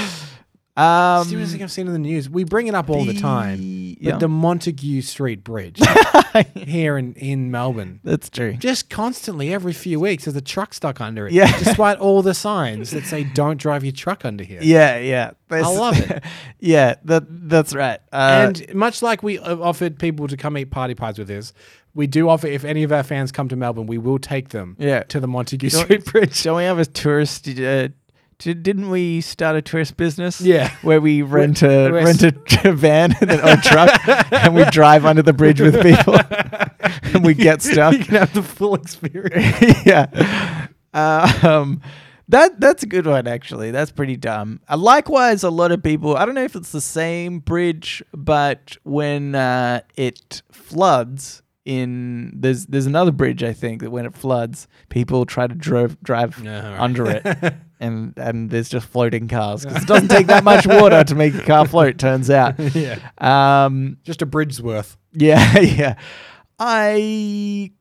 Um, Seriously, I've seen in the news. We bring it up all the, the- time. yeah. But the Montague Street Bridge here in, in Melbourne. that's true. Just constantly, every few weeks, there's a truck stuck under it. Yeah. Despite all the signs that say, don't drive your truck under here. Yeah, yeah. This- love it. yeah, that that's right. Uh, And much like we uh, offered people to come eat party pies with us, we do offer, if any of our fans come to Melbourne, we will take them Yeah. to the Montague Don't- Street Bridge. Don't we have a tourist? Uh, di- didn't we start a tourist business? Yeah. where we rent a we're rent a, van and then, or a truck, and we drive under the bridge with people, and we get stuff. You can have the full experience. yeah. Um, that that's a good one actually. That's pretty dumb. Uh, likewise, a lot of people. I don't know if it's the same bridge, but when uh, it floods in there's there's another bridge I think that when it floods, people try to drove, drive Yeah, all right. under it, and and there's just floating cars 'cause it doesn't take that much water to make a car float. Turns out. yeah. Um, Just a bridge's worth. yeah, yeah. I,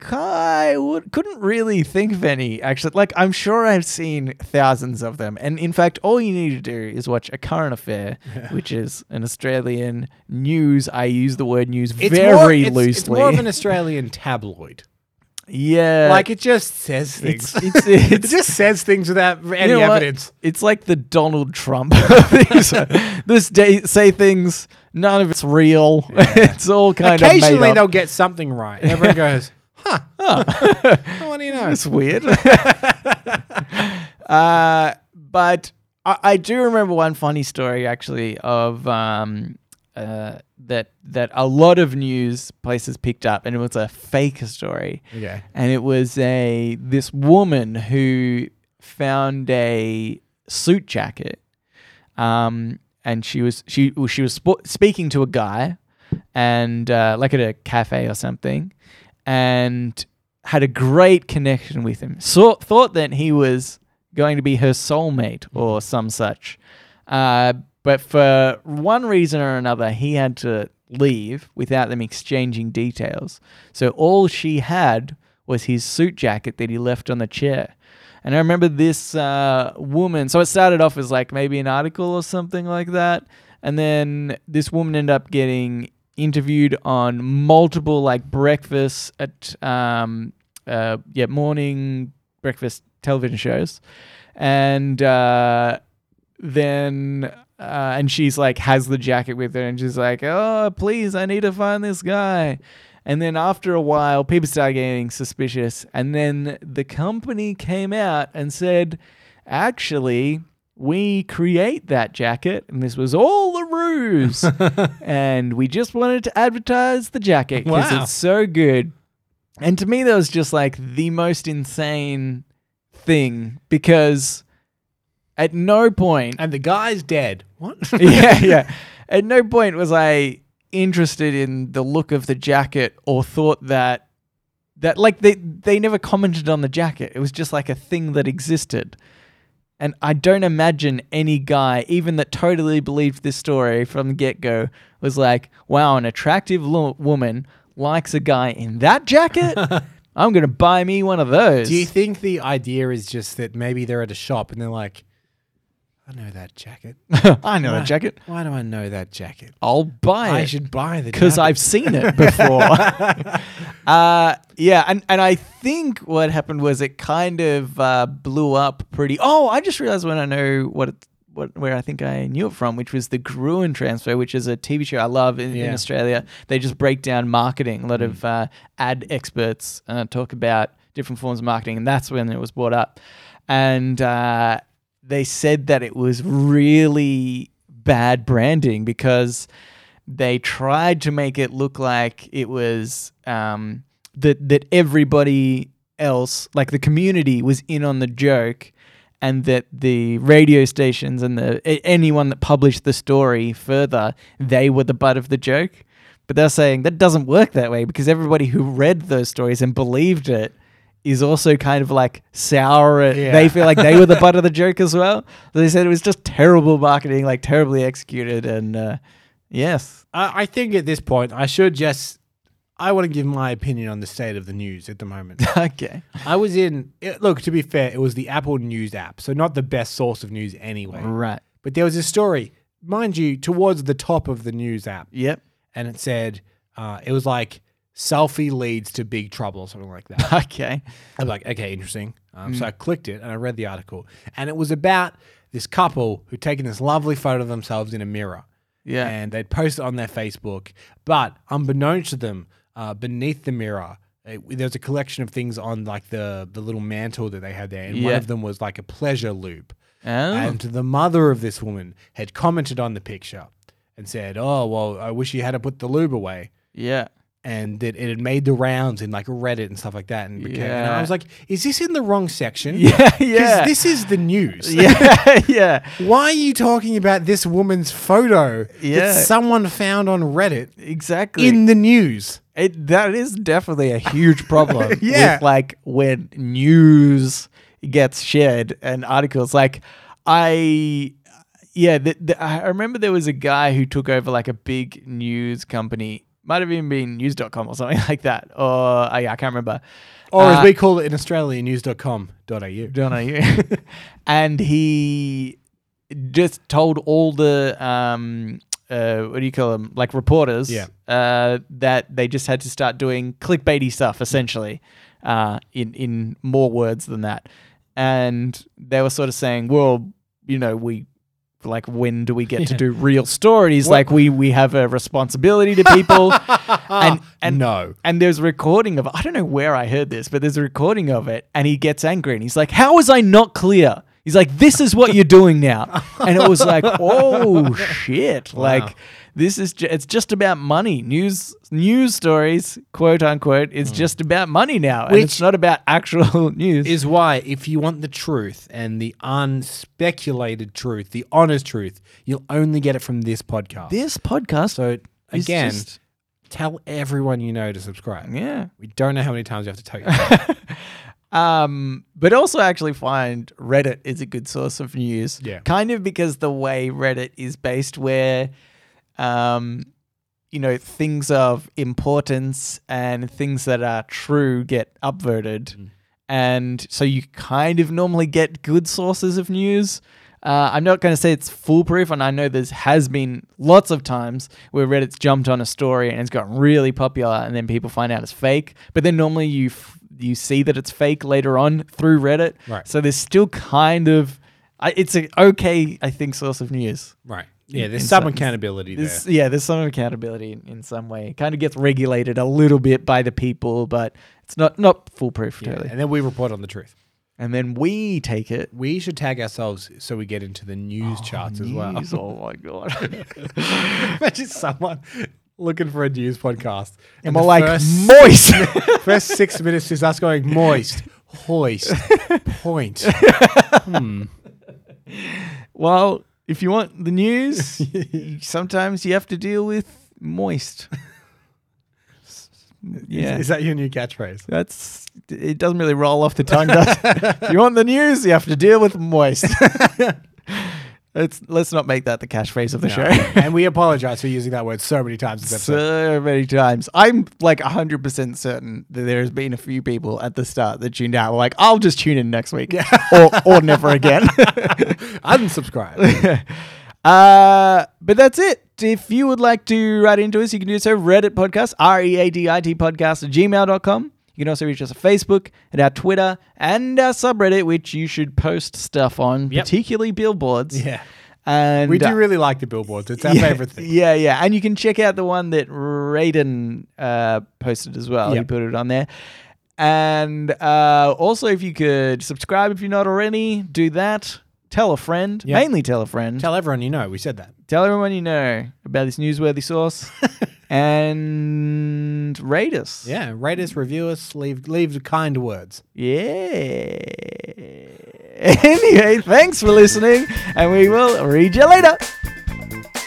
ca- I would, couldn't really think of any, actually. Like, I'm sure I've seen thousands of them. And in fact, all you need to do is watch A Current Affair, which is an Australian news. I use the word news very more, it's- loosely. It's more of an Australian tabloid. yeah. like it just says things. it's, it's, it it's, just says things without any you know what? evidence. It's like the Donald Trump. this day say things, none of it's real. it's all kind of made Occasionally up. Oh. they'll get something right. And everyone goes, huh? what do you know? That's weird. uh, but I, I do remember one funny story actually of um, uh, that that a lot of news places picked up, and it was a fake story. Okay. And it was a this woman who found a suit jacket um, and she was she well, she was spo- speaking to a guy, and uh, like at a cafe or something, and had a great connection with him. So thought that he was going to be her soulmate or some such, uh, but for one reason or another, he had to leave without them exchanging details. So all she had was his suit jacket that he left on the chair. And I remember this uh, woman. So it started off as like maybe an article or something like that. And then this woman ended up getting interviewed on multiple like breakfasts at, um, uh, yeah, morning breakfast television shows. And, uh, then uh, and she's like has the jacket with her and she's like oh please i need to find this guy and then after a while people start getting suspicious and then the company came out and said actually we create that jacket and this was all a ruse and we just wanted to advertise the jacket because Wow. it's so good and to me that was just like the most insane thing because at no point And the guy's dead. What? yeah, yeah. At no point was I interested in the look of the jacket or thought that that like they they never commented on the jacket. It was just like a thing that existed. And I don't imagine any guy, even that totally believed this story from the get go, was like, wow, an attractive lo- woman likes a guy in that jacket? I'm going to buy me one of those. Do you think the idea is just that maybe they're at a shop and they're like, I know that jacket. I know that jacket. Why do I know that jacket? I'll buy it. I should buy the because jacket. I've seen it before. uh, yeah, and, and I think what happened was it kind of uh, blew up pretty. Oh, I just realized when I know what it, what where I think I knew it from, which was the Gruen transfer, which is a TV show I love in, in Yeah. Australia. They just break down marketing. A lot of uh, ad experts uh, talk about different forms of marketing, and that's when it was brought up. And uh, they said that it was really bad branding because they tried to make it look like it was um, that that everybody else, like the community, was in on the joke, and that the radio stations and the a- anyone that published the story further, they were the butt of the joke. But they're saying that doesn't work that way because everybody who read those stories and believed it is also kind of like sour. At, Yeah. They feel like they were the butt of the joke as well. They said it was just terrible marketing, like terribly executed. And uh, yes, I, I think at this point, I should just. I want to give my opinion on the state of the news at the moment. okay. I was in. It, look, to be fair, it was the Apple News app, so not the best source of news anyway. Right. But there was a story, mind you, towards the top of the news app, Yep. and it said uh, it was like selfie leads to big trouble, or something like that. Okay. I'm like, okay, interesting. Um, Mm. So I clicked it and I read the article, and it was about this couple who'd taken this lovely photo of themselves in a mirror, Yeah. and they'd post it on their Facebook. But unbeknownst to them, uh, beneath the mirror, it, there was a collection of things on like the the little mantle that they had there, and one Yeah. of them was like a pleasure loop. Oh. And the mother of this woman had commented on the picture and said, "Oh well, I wish you had to put the lube away." yeah. and that it had made the rounds in like Reddit and stuff like that. And, became, and I Yeah. was like, is this in the wrong section? Yeah. Because Yeah. this is the news. yeah. Yeah. Why are you talking about this woman's photo Yeah. that someone found on Reddit Exactly. in the news? It, that is definitely a huge problem. Yeah. With like when news gets shared and articles. Like, I, yeah, the, the, I remember there was a guy who took over like a big news company. Might have even been news.com or something like that. Or, uh, yeah, I can't remember. Or Uh, as we call it in Australia, news.com.au. don't know you. and he just told all the um, uh, what do you call them? Like reporters, Yeah. uh, that they just had to start doing clickbaity stuff, essentially, uh, in in more words than that. And they were sort of saying, well, you know, we. Like when do we get to do real stories? Like we we have a responsibility to people, and and no. and there's a recording of it. I don't know where I heard this, but there's a recording of it, and he gets angry and he's like, How was I not clear? He's like, This is what you're doing now. And it was like, Oh shit. Like, this is ju- it's just about money. News news stories, quote unquote, it's just about money now. and it's Hmm. Which- not about actual news. Is why, if you want the truth and the unspeculated truth, the honest truth, you'll only get it from this podcast. this podcast so, is again, just- tell everyone you know to subscribe. yeah. We don't know how many times you have to tell you. Um, but also actually find Reddit is a good source of news. Yeah. Kind of because the way Reddit is based where um you know, things of importance and things that are true get upvoted. And so you kind of normally get good sources of news. Uh, I'm not going to say it's foolproof, and I know there's has been lots of times where Reddit's jumped on a story and it's gotten really popular, and then people find out it's fake. But then normally you f- you see that it's fake later on through Reddit. Right. So there's still kind of I, it's an okay, I think, source of news. Right. Yeah, in there's some some- accountability there. There's, yeah, there's some accountability in, in some way. It kind of gets regulated a little bit by the people, but it's not not foolproof Yeah, totally. And then we report on the truth. And then we take it. We should tag ourselves so we get into the news Oh, charts as well. Jeez, oh my god! Imagine someone looking for a news podcast. And the we're like first, moist. first six minutes is us going moist, hoist, point. well, if you want the news, sometimes you have to deal with moist. Yeah, Is that your new catchphrase? that's it. Doesn't really roll off the tongue. Does it? if you want the news, you have to deal with moist. Let's let's not make that the catchphrase of the show. and we apologize for using that word so many times this episode. so many times. I'm like 100% certain that there has been a few people at the start that tuned out. Were like, I'll just tune in next week or, or never again. Unsubscribe. uh, but that's it. If you would like to write into us, you can do so. Reddit podcast, R E A D I T podcast at gmail.com. You can also reach us on Facebook and our Twitter and our subreddit, which you should post stuff on, Yep. particularly billboards. yeah. And We uh, do really like the billboards. It's our yeah, favorite thing. Yeah, yeah. And you can check out the one that Raiden uh, posted as well. He Yep. put it on there. And uh, also, if you could subscribe if you're not already, do that. Tell a friend, Yep. mainly tell a friend. Tell, Tell everyone you know. We said that. everyone you know about this newsworthy source and rate us. Yeah. Rate us, review us, leave leave kind words. Yeah. anyway, thanks for listening, and we will read you later.